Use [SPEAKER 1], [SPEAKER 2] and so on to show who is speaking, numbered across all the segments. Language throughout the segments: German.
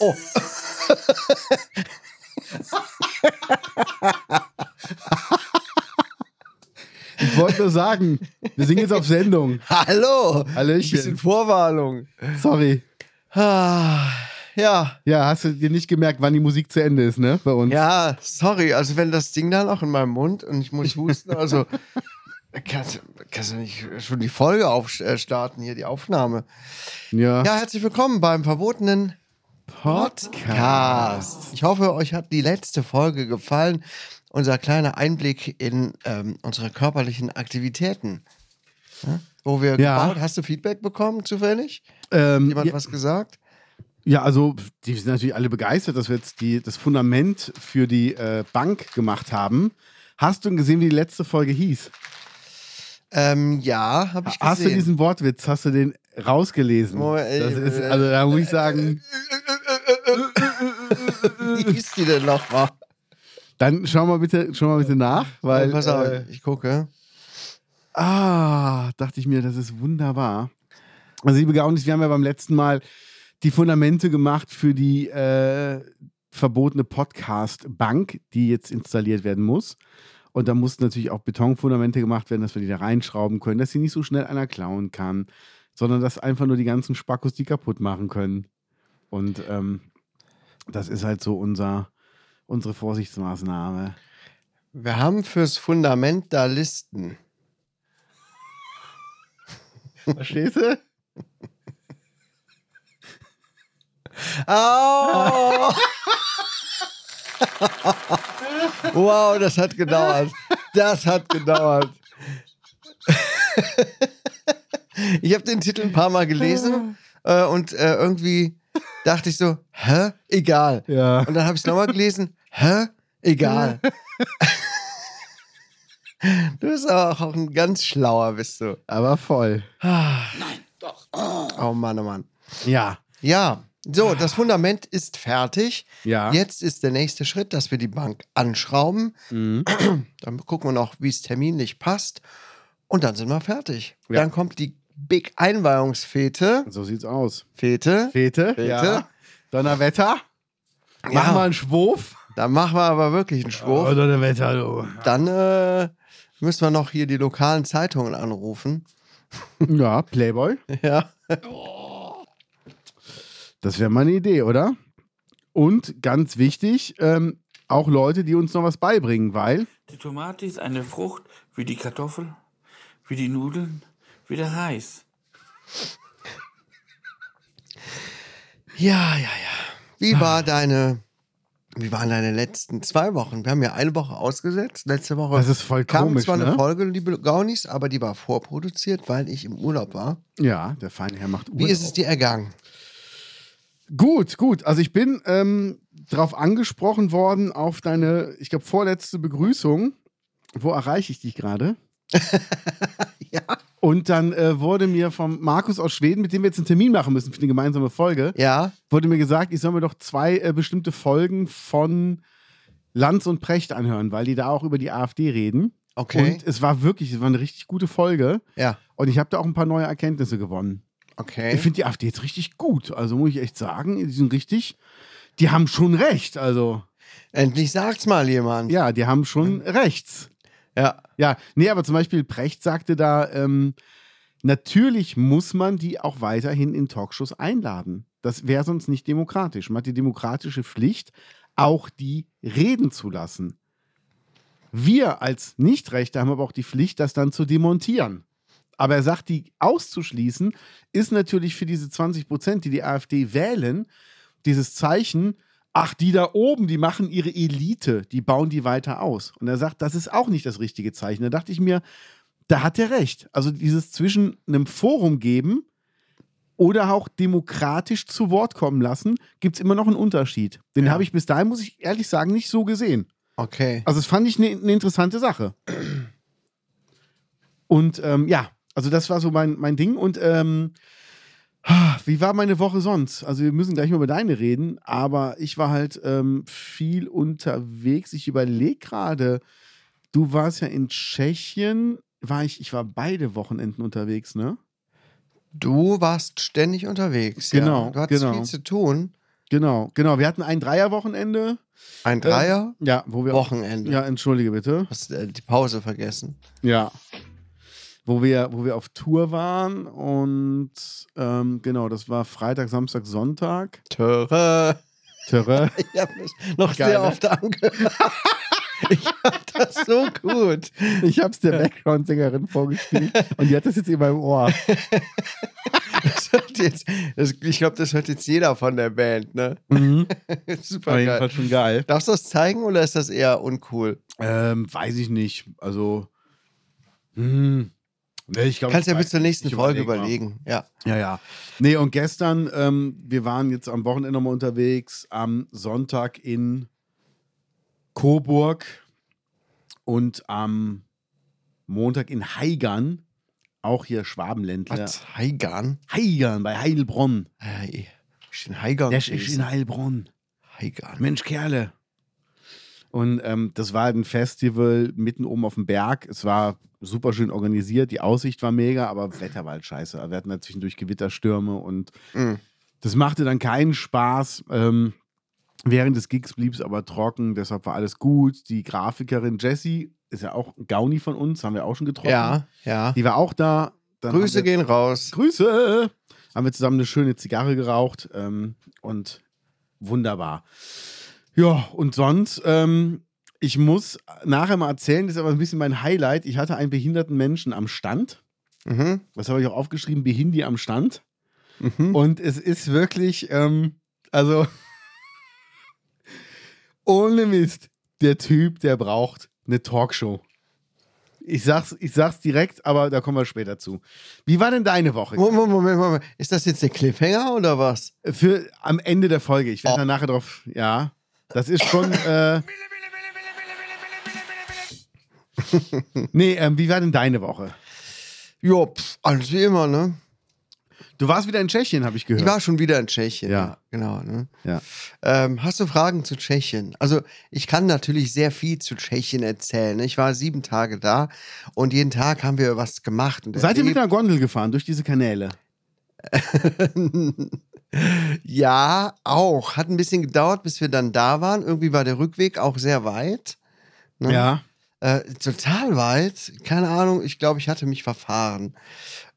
[SPEAKER 1] Oh.
[SPEAKER 2] Ich wollte nur sagen, wir sind jetzt auf Sendung.
[SPEAKER 1] Hallo.
[SPEAKER 2] Hallöchen.
[SPEAKER 1] Bisschen Vorwarnung.
[SPEAKER 2] Sorry.
[SPEAKER 1] Ah, Ja.
[SPEAKER 2] Ja, hast du dir nicht gemerkt, wann die Musik zu Ende ist, ne? Bei uns.
[SPEAKER 1] Ja, sorry. Also wenn das Ding dann auch in meinem Mund und ich muss husten, also kannst, kannst du nicht schon die Folge aufstarten, hier die Aufnahme.
[SPEAKER 2] Ja.
[SPEAKER 1] Ja, herzlich willkommen beim verbotenen Podcast. Ich hoffe, euch hat die letzte Folge gefallen. Unser kleiner Einblick in ähm, unsere körperlichen Aktivitäten. Ja? Wo wir
[SPEAKER 2] Ja.
[SPEAKER 1] gebaut. Hast du Feedback bekommen zufällig?
[SPEAKER 2] Ähm,
[SPEAKER 1] Jemand
[SPEAKER 2] ja,
[SPEAKER 1] was gesagt?
[SPEAKER 2] ja, also die sind natürlich alle begeistert, dass wir jetzt die, das Fundament für die äh, Bank gemacht haben. Hast du gesehen, wie die letzte Folge hieß?
[SPEAKER 1] Ähm, ja, habe ich gesehen.
[SPEAKER 2] Hast du diesen Wortwitz, hast du den rausgelesen?
[SPEAKER 1] Moment, ey,
[SPEAKER 2] das ist,
[SPEAKER 1] äh,
[SPEAKER 2] also da muss ich sagen,
[SPEAKER 1] Wie hieß die denn nochmal?
[SPEAKER 2] dann schau mal bitte, schau mal bitte nach, weil
[SPEAKER 1] Pass auf,
[SPEAKER 2] äh,
[SPEAKER 1] ich gucke.
[SPEAKER 2] Ah, dachte ich mir, das ist wunderbar. Also, liebe Gaunis, wir haben ja beim letzten Mal die Fundamente gemacht für die äh, verbotene Podcast-Bank, die jetzt installiert werden muss. Und da mussten natürlich auch Betonfundamente gemacht werden, dass wir die da reinschrauben können, dass sie nicht so schnell einer klauen kann, sondern dass einfach nur die ganzen Spackos die kaputt machen können. Und ähm, das ist halt so unser, unsere Vorsichtsmaßnahme.
[SPEAKER 1] Wir haben fürs Fundament da Listen.
[SPEAKER 2] Verstehst du?
[SPEAKER 1] Au! wow, das hat gedauert. Das hat gedauert. ich habe den Titel ein paar Mal gelesen äh, und äh, irgendwie dachte ich so, hä? Egal.
[SPEAKER 2] Ja.
[SPEAKER 1] Und dann habe ich es nochmal gelesen, hä? Egal. du bist aber auch ein ganz schlauer, bist du.
[SPEAKER 2] Aber voll.
[SPEAKER 1] Oh Mann, oh Mann.
[SPEAKER 2] Ja.
[SPEAKER 1] Ja, so, das Fundament ist fertig.
[SPEAKER 2] Ja.
[SPEAKER 1] Jetzt ist der nächste Schritt, dass wir die Bank anschrauben. Dann gucken wir noch, wie es terminlich passt. Und dann sind wir fertig.
[SPEAKER 2] Ja.
[SPEAKER 1] Dann kommt die Big Einweihungsfete.
[SPEAKER 2] So sieht's aus.
[SPEAKER 1] Fete.
[SPEAKER 2] Fete.
[SPEAKER 1] Fete.
[SPEAKER 2] Ja. Donnerwetter. Mach
[SPEAKER 1] Ja.
[SPEAKER 2] mal einen Schwurf. Oh,
[SPEAKER 1] Dann machen wir aber wirklich einen Schwurf.
[SPEAKER 2] Also- Donnerwetter, du.
[SPEAKER 1] Dann äh, müssen wir noch hier die lokalen Zeitungen anrufen.
[SPEAKER 2] Ja, Playboy.
[SPEAKER 1] Ja.
[SPEAKER 2] Das wäre mal eine Idee, oder? Und ganz wichtig, ähm, auch Leute, die uns noch was beibringen, weil
[SPEAKER 3] Die Tomate ist eine Frucht wie die Kartoffel, wie die Nudeln, wie der Reis.
[SPEAKER 1] Ja, ja, ja. Wie war deine, wie waren deine letzten zwei Wochen? Wir haben ja eine Woche ausgesetzt. Letzte Woche
[SPEAKER 2] das ist voll
[SPEAKER 1] kam
[SPEAKER 2] komisch,
[SPEAKER 1] zwar eine
[SPEAKER 2] ne?
[SPEAKER 1] Folge, liebe Gaunis, aber die war vorproduziert, weil ich im Urlaub war.
[SPEAKER 2] Ja, der feine Herr macht
[SPEAKER 1] Wie ist es dir ergangen?
[SPEAKER 2] Gut, gut. Also ich bin ähm, darauf angesprochen worden, auf deine, ich glaube, vorletzte Begrüßung. Wo erreiche ich dich gerade?
[SPEAKER 1] Ja.
[SPEAKER 2] Und dann äh, wurde mir vom Markus aus Schweden, mit dem wir jetzt einen Termin machen müssen für eine gemeinsame Folge,
[SPEAKER 1] Ja,
[SPEAKER 2] wurde mir gesagt, ich soll mir doch zwei äh, bestimmte Folgen von Lanz und Precht anhören, weil die da auch über die AfD reden.
[SPEAKER 1] okay.
[SPEAKER 2] Und es war wirklich, es war eine richtig gute Folge.
[SPEAKER 1] Ja,
[SPEAKER 2] Und ich habe da auch ein paar neue Erkenntnisse gewonnen. Ich
[SPEAKER 1] okay.
[SPEAKER 2] finde die AfD jetzt richtig gut. Also muss ich echt sagen, die sind richtig, die haben schon recht. Also,
[SPEAKER 1] Endlich sagt's mal jemand.
[SPEAKER 2] ja, die haben schon rechts.
[SPEAKER 1] Ja.
[SPEAKER 2] Ja, nee, aber zum Beispiel Precht sagte da, ähm, natürlich muss man die auch weiterhin in Talkshows einladen. Das wäre sonst nicht demokratisch. Man hat die demokratische Pflicht, auch die reden zu lassen. Wir als Nichtrechte haben aber auch die Pflicht, das dann zu demontieren. Aber er sagt, die auszuschließen ist natürlich für diese 20 Prozent, die die AfD wählen, dieses Zeichen, ach, die da oben, die machen ihre Elite, die bauen die weiter aus. Und er sagt, das ist auch nicht das richtige Zeichen. Da dachte ich mir, da hat er recht. Also dieses zwischen einem Forum geben oder auch demokratisch zu Wort kommen lassen, gibt es immer noch einen Unterschied. Den habe ich bis dahin, muss ich ehrlich sagen, nicht so gesehen.
[SPEAKER 1] Okay.
[SPEAKER 2] Also, das fand ich eine ne interessante Sache. Und ähm, ja, also das war so mein, mein Ding. Und ähm, wie war meine Woche sonst? Also, wir müssen gleich mal über deine reden, aber ich war halt ähm, viel unterwegs. Ich überlege gerade, du warst ja in Tschechien, war ich, ich war beide Wochenenden unterwegs, ne?
[SPEAKER 1] Du warst ständig unterwegs.
[SPEAKER 2] Genau,
[SPEAKER 1] Ja. Du hattest
[SPEAKER 2] genau.
[SPEAKER 1] viel zu tun.
[SPEAKER 2] Genau, genau. Wir hatten ein Dreierwochenende.
[SPEAKER 1] Ein Dreier,
[SPEAKER 2] Ja, wo wir.
[SPEAKER 1] Wochenende.
[SPEAKER 2] Ja, entschuldige bitte.
[SPEAKER 1] Hast äh, die Pause vergessen.
[SPEAKER 2] Ja. Wo wir, wo wir auf Tour waren und ähm, genau, das war Freitag, Samstag, Sonntag.
[SPEAKER 1] Töre.
[SPEAKER 2] Töre.
[SPEAKER 1] Ich habe mich noch
[SPEAKER 2] Geil,
[SPEAKER 1] sehr
[SPEAKER 2] ne?
[SPEAKER 1] oft angehört. ich fand das so gut.
[SPEAKER 2] Ich hab's der Background-Sängerin vorgespielt und die hat das jetzt in meinem Ohr.
[SPEAKER 1] Das hört jetzt, das, ich glaube, das hört jetzt jeder von der Band. Ne?
[SPEAKER 2] Mhm. Auf
[SPEAKER 1] Super
[SPEAKER 2] jeden
[SPEAKER 1] geil.
[SPEAKER 2] Fall schon geil.
[SPEAKER 1] Darfst du das zeigen oder ist das eher uncool?
[SPEAKER 2] Ähm, weiß ich nicht. Also. Hm. Nee, ich glaub,
[SPEAKER 1] Kannst ja
[SPEAKER 2] ich
[SPEAKER 1] bis
[SPEAKER 2] weiß-
[SPEAKER 1] zur nächsten
[SPEAKER 2] ich
[SPEAKER 1] Folge
[SPEAKER 2] überleg mal.
[SPEAKER 1] überlegen. Ja.
[SPEAKER 2] Ja, ja. Nee, und gestern, ähm, wir waren jetzt am Wochenende nochmal unterwegs, am Sonntag in Coburg und am Montag in Heigern, auch hier Schwabenländler.
[SPEAKER 1] Was? Heigan?
[SPEAKER 2] Heigern bei Heilbronn.
[SPEAKER 1] Hey. Ich bin Heigan.
[SPEAKER 2] Das ist
[SPEAKER 1] gewesen.
[SPEAKER 2] in Heilbronn.
[SPEAKER 1] Heigan.
[SPEAKER 2] Mensch, Kerle. Und ähm, das war ein Festival mitten oben auf dem Berg. Es war super schön organisiert, die Aussicht war mega, aber Wetter war halt scheiße. Wir hatten da zwischendurch Gewitterstürme und
[SPEAKER 1] Mhm.
[SPEAKER 2] Das machte dann keinen Spaß. Ähm, während des Gigs blieb es aber trocken, deshalb war alles gut. Die Grafikerin Jessie ist ja auch ein Gauni von uns, haben wir auch schon getroffen.
[SPEAKER 1] Ja, ja.
[SPEAKER 2] Die war auch da. Dann
[SPEAKER 1] Grüße
[SPEAKER 2] haben wir,
[SPEAKER 1] gehen raus.
[SPEAKER 2] Grüße! Haben wir zusammen eine schöne Zigarre geraucht ähm, und wunderbar. Ja, und sonst, ähm, ich muss nachher mal erzählen, das ist aber ein bisschen mein Highlight. Ich hatte einen behinderten Menschen am Stand.
[SPEAKER 1] Mhm.
[SPEAKER 2] Das habe ich auch aufgeschrieben, Behindi am Stand.
[SPEAKER 1] Mhm.
[SPEAKER 2] Und es ist wirklich, ähm, also, ohne Mist, der Typ, der braucht eine Talkshow. Ich sag's, ich sag's direkt, aber da kommen wir später zu. Wie war denn deine Woche?
[SPEAKER 1] Moment, Moment, Moment. Ist das jetzt der Cliffhanger oder was?
[SPEAKER 2] Für am Ende der Folge. Ich werde
[SPEAKER 1] Oh.
[SPEAKER 2] da nachher drauf. Ja, das ist schon. Äh, nee, ähm, wie war denn deine Woche?
[SPEAKER 1] Ja, pff, alles wie immer, ne?
[SPEAKER 2] Du warst wieder in Tschechien, habe ich gehört.
[SPEAKER 1] Ich war schon wieder in Tschechien.
[SPEAKER 2] Ja.
[SPEAKER 1] Genau, ne?
[SPEAKER 2] Ja.
[SPEAKER 1] Ähm, hast du Fragen zu Tschechien? Also, ich kann natürlich sehr viel zu Tschechien erzählen. ne? Ich war sieben Tage da und jeden Tag haben wir was gemacht. Und
[SPEAKER 2] Seid ihr mit
[SPEAKER 1] erlebt.
[SPEAKER 2] einer Gondel gefahren durch diese Kanäle?
[SPEAKER 1] ja, auch. Hat ein bisschen gedauert, bis wir dann da waren. Irgendwie war der Rückweg auch sehr weit. ne? Äh, total weit. Keine Ahnung, ich glaube, ich hatte mich verfahren.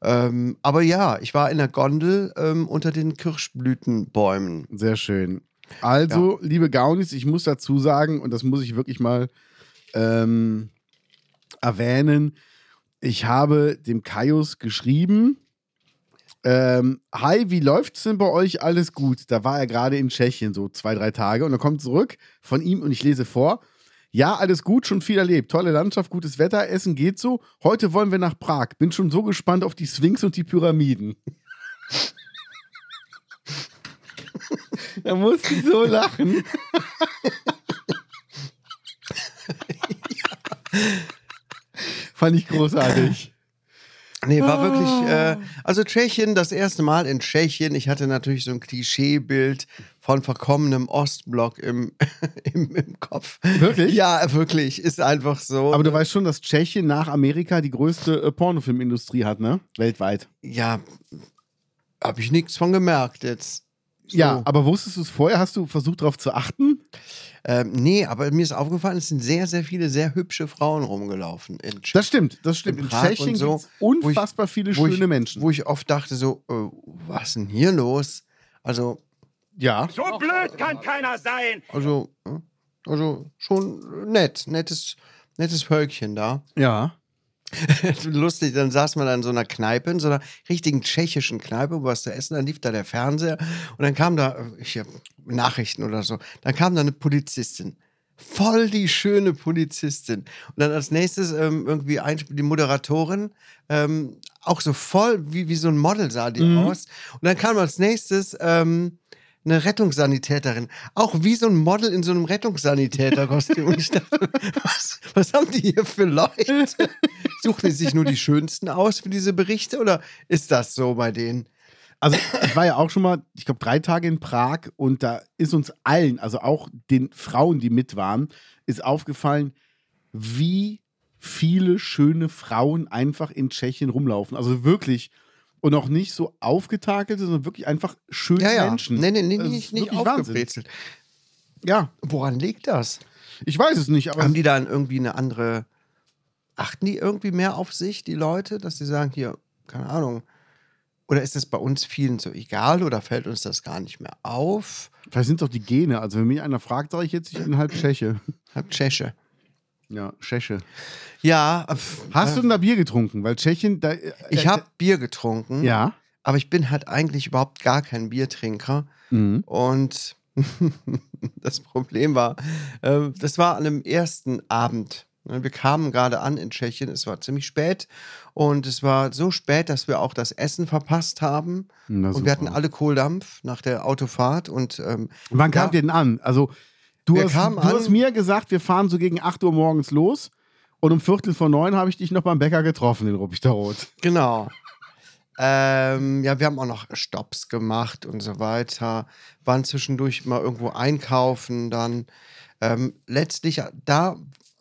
[SPEAKER 1] Ähm, aber ja, ich war in der Gondel ähm, unter den Kirschblütenbäumen.
[SPEAKER 2] Sehr schön. Also, liebe Gaunis, ich muss dazu sagen, und das muss ich wirklich mal ähm, erwähnen, ich habe dem Kaius geschrieben, ähm, hi, wie läuft's denn bei euch? Alles gut. Da war er gerade in Tschechien, so zwei, drei Tage, und er kommt zurück von ihm und ich lese vor. Ja, alles gut, schon viel erlebt. Tolle Landschaft, gutes Wetter, Essen geht so. Heute wollen wir nach Prag. Bin schon so gespannt auf die Sphinx und die Pyramiden. Da musste ich so lachen. Fand ich großartig.
[SPEAKER 1] Nee, war
[SPEAKER 2] Ah.
[SPEAKER 1] wirklich. Äh, also Tschechien, das erste Mal in Tschechien. Ich hatte natürlich so ein Klischeebild von verkommenem Ostblock im, im, im Kopf.
[SPEAKER 2] Wirklich?
[SPEAKER 1] Ja, wirklich. Ist einfach so.
[SPEAKER 2] Aber du weißt schon, dass Tschechien nach Amerika die größte äh, Pornofilmindustrie hat, ne? Weltweit.
[SPEAKER 1] ja, habe ich nichts von gemerkt jetzt. So.
[SPEAKER 2] Ja, aber wusstest du es vorher? Hast du versucht, darauf zu achten?
[SPEAKER 1] Ähm, nee, aber mir ist aufgefallen, es sind sehr, sehr viele sehr hübsche Frauen rumgelaufen in Tschechien.
[SPEAKER 2] Das stimmt, das stimmt.
[SPEAKER 1] In
[SPEAKER 2] In
[SPEAKER 1] Prag
[SPEAKER 2] Tschechien
[SPEAKER 1] und so,
[SPEAKER 2] gibt's unfassbar viele
[SPEAKER 1] wo
[SPEAKER 2] schöne
[SPEAKER 1] ich-
[SPEAKER 2] Menschen.
[SPEAKER 1] Wo ich oft dachte, so, äh, was denn hier los? Also,
[SPEAKER 2] ja.
[SPEAKER 4] So blöd kann keiner sein.
[SPEAKER 1] also, äh, also schon nett, nettes, nettes Völkchen da.
[SPEAKER 2] Ja.
[SPEAKER 1] Lustig, dann saß man da in so einer Kneipe, in so einer richtigen tschechischen Kneipe, wo was zu essen, dann lief da der Fernseher und dann kam da, äh, ich hab Nachrichten oder so, dann kam da eine Polizistin. Voll die schöne Polizistin. Und dann als nächstes ähm, irgendwie ein, die Moderatorin, ähm, auch so voll, wie, wie so ein Model sah die
[SPEAKER 2] Mhm.
[SPEAKER 1] aus. Und dann kam als nächstes ähm, eine Rettungssanitäterin. Auch wie so ein Model in so einem Rettungssanitäterkostüm. Und ich dachte, was, was haben die hier für Leute? Suchen die sich nur die Schönsten aus für diese Berichte oder ist das so bei denen?
[SPEAKER 2] Also ich war ja auch schon mal, ich glaube, drei Tage in Prag und da ist uns allen, also auch den Frauen, die mit waren, ist aufgefallen, wie viele schöne Frauen einfach in Tschechien rumlaufen. Also wirklich. Und auch nicht so aufgetakelte, sondern wirklich einfach schöne
[SPEAKER 1] Ja, ja.
[SPEAKER 2] Menschen.
[SPEAKER 1] Nee, nee, nee,
[SPEAKER 2] Das
[SPEAKER 1] nicht,
[SPEAKER 2] ist
[SPEAKER 1] nicht
[SPEAKER 2] wirklich Wahnsinn.
[SPEAKER 1] aufgebrezelt.
[SPEAKER 2] Ja,
[SPEAKER 1] Woran liegt das?
[SPEAKER 2] ich weiß es nicht, aber
[SPEAKER 1] Haben die dann irgendwie eine andere. Achten die irgendwie mehr auf sich, die Leute, dass sie sagen, hier, keine Ahnung. Oder ist das bei uns vielen so egal oder fällt uns das gar nicht mehr auf?
[SPEAKER 2] vielleicht sind es doch die Gene. Also wenn mich einer fragt, sage ich jetzt, ich bin halb Tscheche.
[SPEAKER 1] Hab Tscheche.
[SPEAKER 2] Ja, Tscheche.
[SPEAKER 1] Ja, pf,
[SPEAKER 2] Hast
[SPEAKER 1] äh,
[SPEAKER 2] du denn da Bier getrunken? Weil Tschechien, da. äh,
[SPEAKER 1] ich
[SPEAKER 2] äh,
[SPEAKER 1] habe Bier getrunken,
[SPEAKER 2] Ja.
[SPEAKER 1] aber ich bin halt eigentlich überhaupt gar kein Biertrinker.
[SPEAKER 2] Mhm.
[SPEAKER 1] Und das Problem war, äh, das war an dem ersten Abend. Ne, Wir kamen gerade an in Tschechien, es war ziemlich spät und es war so spät, dass wir auch das Essen verpasst haben.
[SPEAKER 2] Na,
[SPEAKER 1] und
[SPEAKER 2] super.
[SPEAKER 1] wir hatten alle Kohldampf nach der Autofahrt und ähm,
[SPEAKER 2] Wann kam
[SPEAKER 1] Ja.
[SPEAKER 2] ihr denn an? Also, du,
[SPEAKER 1] Wir
[SPEAKER 2] hast,
[SPEAKER 1] kamen
[SPEAKER 2] du
[SPEAKER 1] an-
[SPEAKER 2] hast mir gesagt, wir fahren so gegen 8 Uhr morgens los. Und um Viertel vor neun habe ich dich noch beim Bäcker getroffen, den Ruppichter Rot.
[SPEAKER 1] genau. ähm, ja, wir haben auch noch Stops gemacht und so weiter. Waren zwischendurch mal irgendwo einkaufen, dann ähm, letztlich da.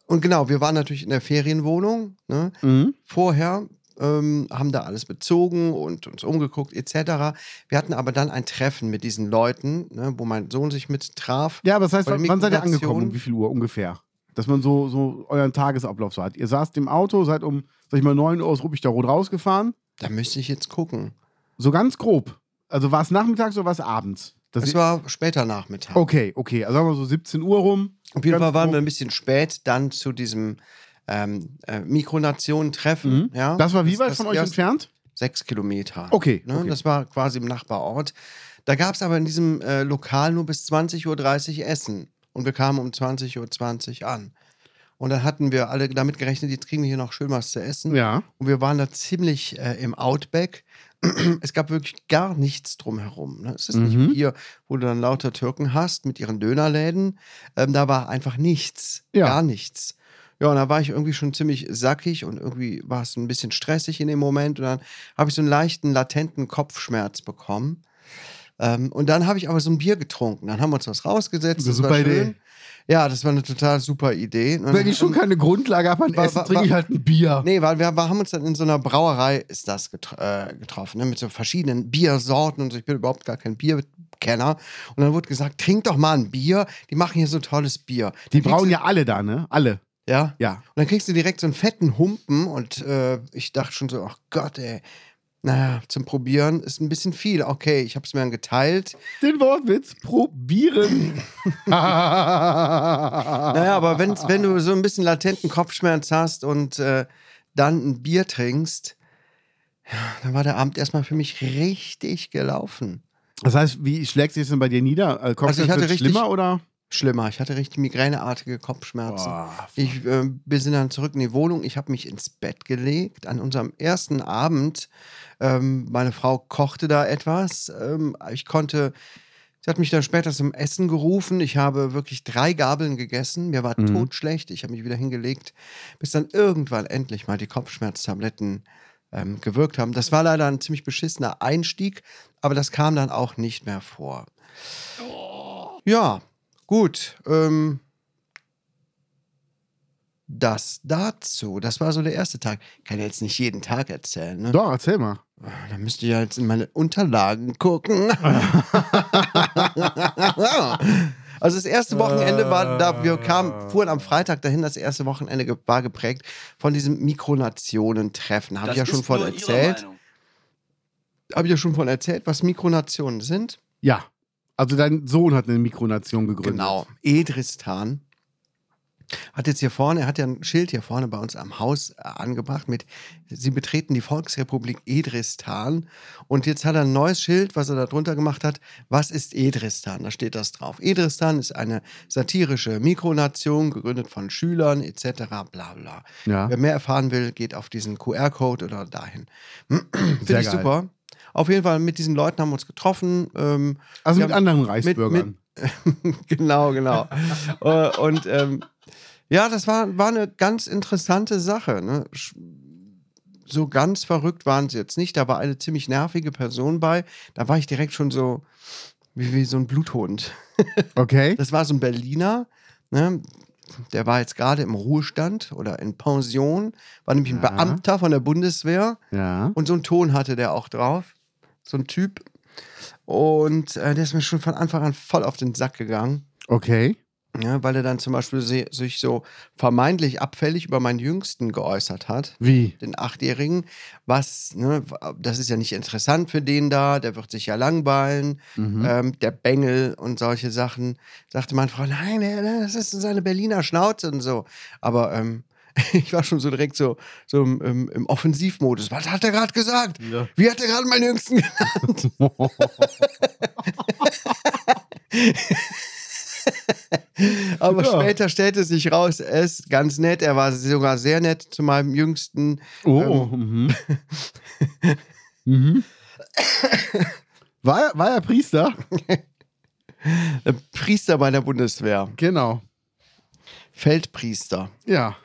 [SPEAKER 1] Und genau, wir waren natürlich in der Ferienwohnung. Ne?
[SPEAKER 2] Mhm.
[SPEAKER 1] vorher, ähm, haben da alles bezogen und uns umgeguckt etc. Wir hatten aber dann ein Treffen mit diesen Leuten, ne, wo mein Sohn sich mit traf.
[SPEAKER 2] Ja, aber das heißt,
[SPEAKER 1] Bei der
[SPEAKER 2] wann wann seid ihr
[SPEAKER 1] Migration-
[SPEAKER 2] angekommen? Um wie viel Uhr ungefähr? Dass man so, so euren Tagesablauf so hat. Ihr saßt im Auto, seid um, sag ich mal, 9 Uhr aus Ruppichter Rot rausgefahren.
[SPEAKER 1] Da müsste ich jetzt gucken.
[SPEAKER 2] So ganz grob. Also war es nachmittags oder war es abends? Dass
[SPEAKER 1] Das
[SPEAKER 2] ihr-
[SPEAKER 1] war später Nachmittag.
[SPEAKER 2] okay, okay. Also sagen wir so 17 Uhr rum.
[SPEAKER 1] Auf jeden
[SPEAKER 2] ganz
[SPEAKER 1] Fall waren
[SPEAKER 2] grob.
[SPEAKER 1] wir ein bisschen spät dann zu diesem ähm, äh, Mikronationen-Treffen.
[SPEAKER 2] Mhm.
[SPEAKER 1] Ja?
[SPEAKER 2] Das war wie weit
[SPEAKER 1] das
[SPEAKER 2] von euch
[SPEAKER 1] erste-
[SPEAKER 2] entfernt?
[SPEAKER 1] Sechs Kilometer.
[SPEAKER 2] Okay,
[SPEAKER 1] Ne?
[SPEAKER 2] okay.
[SPEAKER 1] Das war quasi im Nachbarort. Da gab es aber in diesem äh, Lokal nur bis 20.30 Uhr Essen. Und wir kamen um 20.20 Uhr an. Und dann hatten wir alle damit gerechnet, jetzt kriegen wir hier noch schön was zu essen.
[SPEAKER 2] Ja.
[SPEAKER 1] Und wir waren da ziemlich äh, im Outback. Es gab wirklich gar nichts drumherum. Ne? Es ist nicht
[SPEAKER 2] Mhm.
[SPEAKER 1] wie hier, wo du dann lauter Türken hast mit ihren Dönerläden. Ähm, da war einfach nichts.
[SPEAKER 2] Ja.
[SPEAKER 1] Gar nichts. Ja, und da war ich irgendwie schon ziemlich sackig und irgendwie war es ein bisschen stressig in dem Moment. Und dann habe ich so einen leichten, latenten Kopfschmerz bekommen. Ähm, und dann habe ich aber so ein Bier getrunken. Dann haben wir uns was rausgesetzt.
[SPEAKER 2] Eine
[SPEAKER 1] Das war
[SPEAKER 2] super Idee.
[SPEAKER 1] schön. Ja, das war eine total super Idee. Und dann-
[SPEAKER 2] Wenn ich schon keine Grundlage habe an
[SPEAKER 1] Wa-
[SPEAKER 2] Essen,
[SPEAKER 1] wa-
[SPEAKER 2] trinke ich
[SPEAKER 1] wa-
[SPEAKER 2] halt ein Bier.
[SPEAKER 1] Nee, weil wir, wir haben uns dann in so einer Brauerei ist das getr- äh, getroffen, ne? mit so verschiedenen Biersorten und so. Ich bin überhaupt gar kein Bierkenner. Und dann wurde gesagt, trink doch mal ein Bier. Die machen hier so tolles Bier.
[SPEAKER 2] Die
[SPEAKER 1] Dann kriegst
[SPEAKER 2] brauen
[SPEAKER 1] du-
[SPEAKER 2] ja alle da, ne? Alle.
[SPEAKER 1] ja.
[SPEAKER 2] Ja.
[SPEAKER 1] Und dann kriegst du direkt so einen fetten Humpen und äh, ich dachte schon so, ach Gott, ey. Naja, zum Probieren ist ein bisschen viel. Okay, ich habe es mir dann geteilt.
[SPEAKER 2] Den Wortwitz probieren. naja,
[SPEAKER 1] Naja, aber wenn's, wenn du so ein bisschen latenten Kopfschmerz hast und äh, dann ein Bier trinkst, ja, dann war der Abend erstmal für mich richtig gelaufen.
[SPEAKER 2] Das heißt, wie schlägt sich das denn bei dir nieder? Äh, Kopfschmerz
[SPEAKER 1] Also ich hatte
[SPEAKER 2] wird
[SPEAKER 1] richtig-
[SPEAKER 2] schlimmer oder?
[SPEAKER 1] Schlimmer, ich hatte richtig migräneartige Kopfschmerzen.
[SPEAKER 2] Boah.
[SPEAKER 1] Ich, äh, wir sind dann zurück in die Wohnung. Ich habe mich ins Bett gelegt. An unserem ersten Abend, ähm, meine Frau kochte da etwas. Ähm, ich konnte, sie hat mich dann später zum Essen gerufen. Ich habe wirklich drei Gabeln gegessen. Mir war
[SPEAKER 2] Mhm.
[SPEAKER 1] totschlecht. Ich habe mich wieder hingelegt, bis dann irgendwann endlich mal die Kopfschmerztabletten ähm, gewirkt haben. Das war leider ein ziemlich beschissener Einstieg, aber das kam dann auch nicht mehr vor. Ja, gut. Ähm, das dazu. Das war so der erste Tag. Kann ja jetzt nicht jeden Tag erzählen, ne?
[SPEAKER 2] Doch, erzähl mal.
[SPEAKER 1] Da müsst ihr ja jetzt in meine Unterlagen gucken. also das erste Wochenende war, da wir kamen, fuhren am Freitag dahin, das erste Wochenende ge- war geprägt von diesem Mikronationen-Treffen. Habe ich ja schon von erzählt. Habe ich ja schon von erzählt, was Mikronationen sind.
[SPEAKER 2] Ja. Also dein Sohn hat eine Mikronation gegründet.
[SPEAKER 1] Genau. Edristan. Genau. Hat jetzt hier vorne, er hat ja ein Schild hier vorne bei uns am Haus äh, angebracht mit Sie betreten die Volksrepublik Edristan. Und jetzt hat er ein neues Schild, was er da drunter gemacht hat. Was ist Edristan? Da steht das drauf. Edristan ist eine satirische Mikronation, gegründet von Schülern etc. bla bla.
[SPEAKER 2] Ja.
[SPEAKER 1] Wer mehr erfahren will, geht auf diesen QR-Code oder dahin.
[SPEAKER 2] Sehr
[SPEAKER 1] Finde ich
[SPEAKER 2] geil.
[SPEAKER 1] super. Auf jeden Fall, mit diesen Leuten haben wir uns getroffen. Ähm,
[SPEAKER 2] Also
[SPEAKER 1] wir
[SPEAKER 2] mit
[SPEAKER 1] haben-
[SPEAKER 2] anderen Reichsbürgern.
[SPEAKER 1] mit- genau, genau. Äh, und ähm, ja, das war, war eine ganz interessante Sache. Ne? Sch- So ganz verrückt waren sie jetzt nicht. Da war eine ziemlich nervige Person bei. Da war ich direkt schon so wie, wie so ein Bluthund.
[SPEAKER 2] okay.
[SPEAKER 1] Das war so ein Berliner. Ne? Der war jetzt gerade im Ruhestand oder in Pension. War nämlich ein
[SPEAKER 2] Ja.
[SPEAKER 1] Beamter von der Bundeswehr.
[SPEAKER 2] Ja.
[SPEAKER 1] Und so einen Ton hatte der auch drauf. So ein Typ. Und äh, der ist mir schon von Anfang an voll auf den Sack gegangen.
[SPEAKER 2] Okay.
[SPEAKER 1] Ja, ne, weil er dann zum Beispiel se- sich so vermeintlich abfällig über meinen Jüngsten geäußert hat,
[SPEAKER 2] Wie?
[SPEAKER 1] den Achtjährigen, was, ne, das ist ja nicht interessant für den da, der wird sich ja langweilen,
[SPEAKER 2] Mhm.
[SPEAKER 1] ähm, der Bengel und solche Sachen. Sagte meine Frau, nein, er- er- das ist seine Berliner Schnauze und so. Aber ähm, ich war schon so direkt so, so im, im, im Offensivmodus. Was hat er gerade gesagt?
[SPEAKER 2] Ja.
[SPEAKER 1] Wie hat er gerade meinen Jüngsten genannt? Aber
[SPEAKER 2] Ja.
[SPEAKER 1] später stellte sich raus, er ist ganz nett. Er war sogar sehr nett zu meinem Jüngsten.
[SPEAKER 2] Oh. mhm. mhm. War, er- war er Priester?
[SPEAKER 1] Äh, Priester bei der Bundeswehr.
[SPEAKER 2] Genau.
[SPEAKER 1] Feldpriester.
[SPEAKER 2] Ja.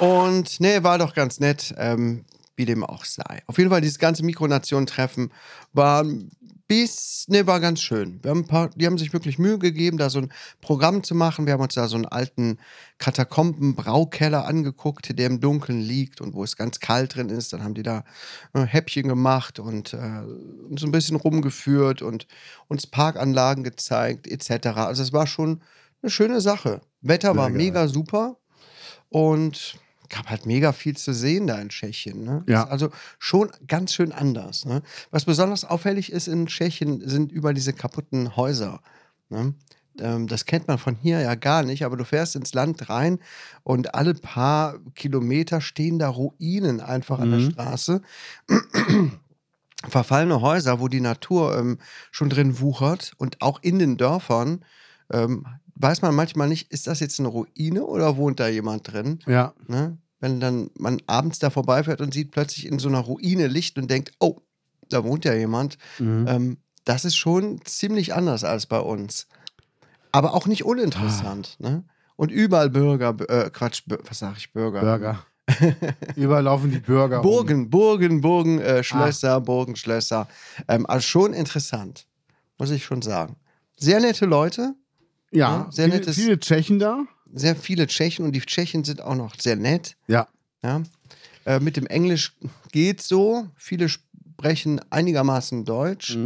[SPEAKER 1] Und nee, war doch ganz nett, ähm, wie dem auch sei. Auf jeden Fall, dieses ganze Mikronation-Treffen war bis, nee, war ganz schön. Wir haben ein paar, die haben sich wirklich Mühe gegeben, da so ein Programm zu machen. Wir haben uns da so einen alten Katakomben-Braukeller angeguckt, der im Dunkeln liegt und wo es ganz kalt drin ist. Dann haben die da äh, Häppchen gemacht und äh, uns ein bisschen rumgeführt und uns Parkanlagen gezeigt, etc. Also es war schon eine schöne Sache. Wetter
[SPEAKER 2] Sehr
[SPEAKER 1] war
[SPEAKER 2] geil.
[SPEAKER 1] mega super und gab halt mega viel zu sehen da in Tschechien. Ne?
[SPEAKER 2] Ja.
[SPEAKER 1] Ist Also schon ganz schön anders. Ne? Was besonders auffällig ist in Tschechien, sind über diese kaputten Häuser. Ne? Ähm, das kennt man von hier ja gar nicht, aber du fährst ins Land rein und alle paar Kilometer stehen da Ruinen einfach an der
[SPEAKER 2] Mhm.
[SPEAKER 1] Straße. Verfallene Häuser, wo die Natur ähm, schon drin wuchert und auch in den Dörfern ähm, weiß man manchmal nicht, ist das jetzt eine Ruine oder wohnt da jemand drin?
[SPEAKER 2] Ja.
[SPEAKER 1] Ne? Wenn dann man abends da vorbeifährt und sieht plötzlich in so einer Ruine Licht und denkt, oh, da wohnt ja jemand.
[SPEAKER 2] Mhm.
[SPEAKER 1] Ähm, das ist schon ziemlich anders als bei uns. Aber auch nicht uninteressant. Ne? Und überall Bürger, äh, Quatsch, Bür- was sage ich, Bürger?
[SPEAKER 2] Burger. Überlaufen die Burger. rum.
[SPEAKER 1] Burgen, Burgen, Burgen, äh, Schlösser, Burgen, Schlösser. Ähm, also schon interessant, muss ich schon sagen. Sehr nette Leute,
[SPEAKER 2] Ja.
[SPEAKER 1] Ja, ne? sehr
[SPEAKER 2] viele,
[SPEAKER 1] nettes-
[SPEAKER 2] viele Tschechen da.
[SPEAKER 1] sehr viele Tschechen und die Tschechen sind auch noch sehr nett.
[SPEAKER 2] Ja.
[SPEAKER 1] Ja? Äh, mit dem Englisch geht so. Viele sprechen einigermaßen Deutsch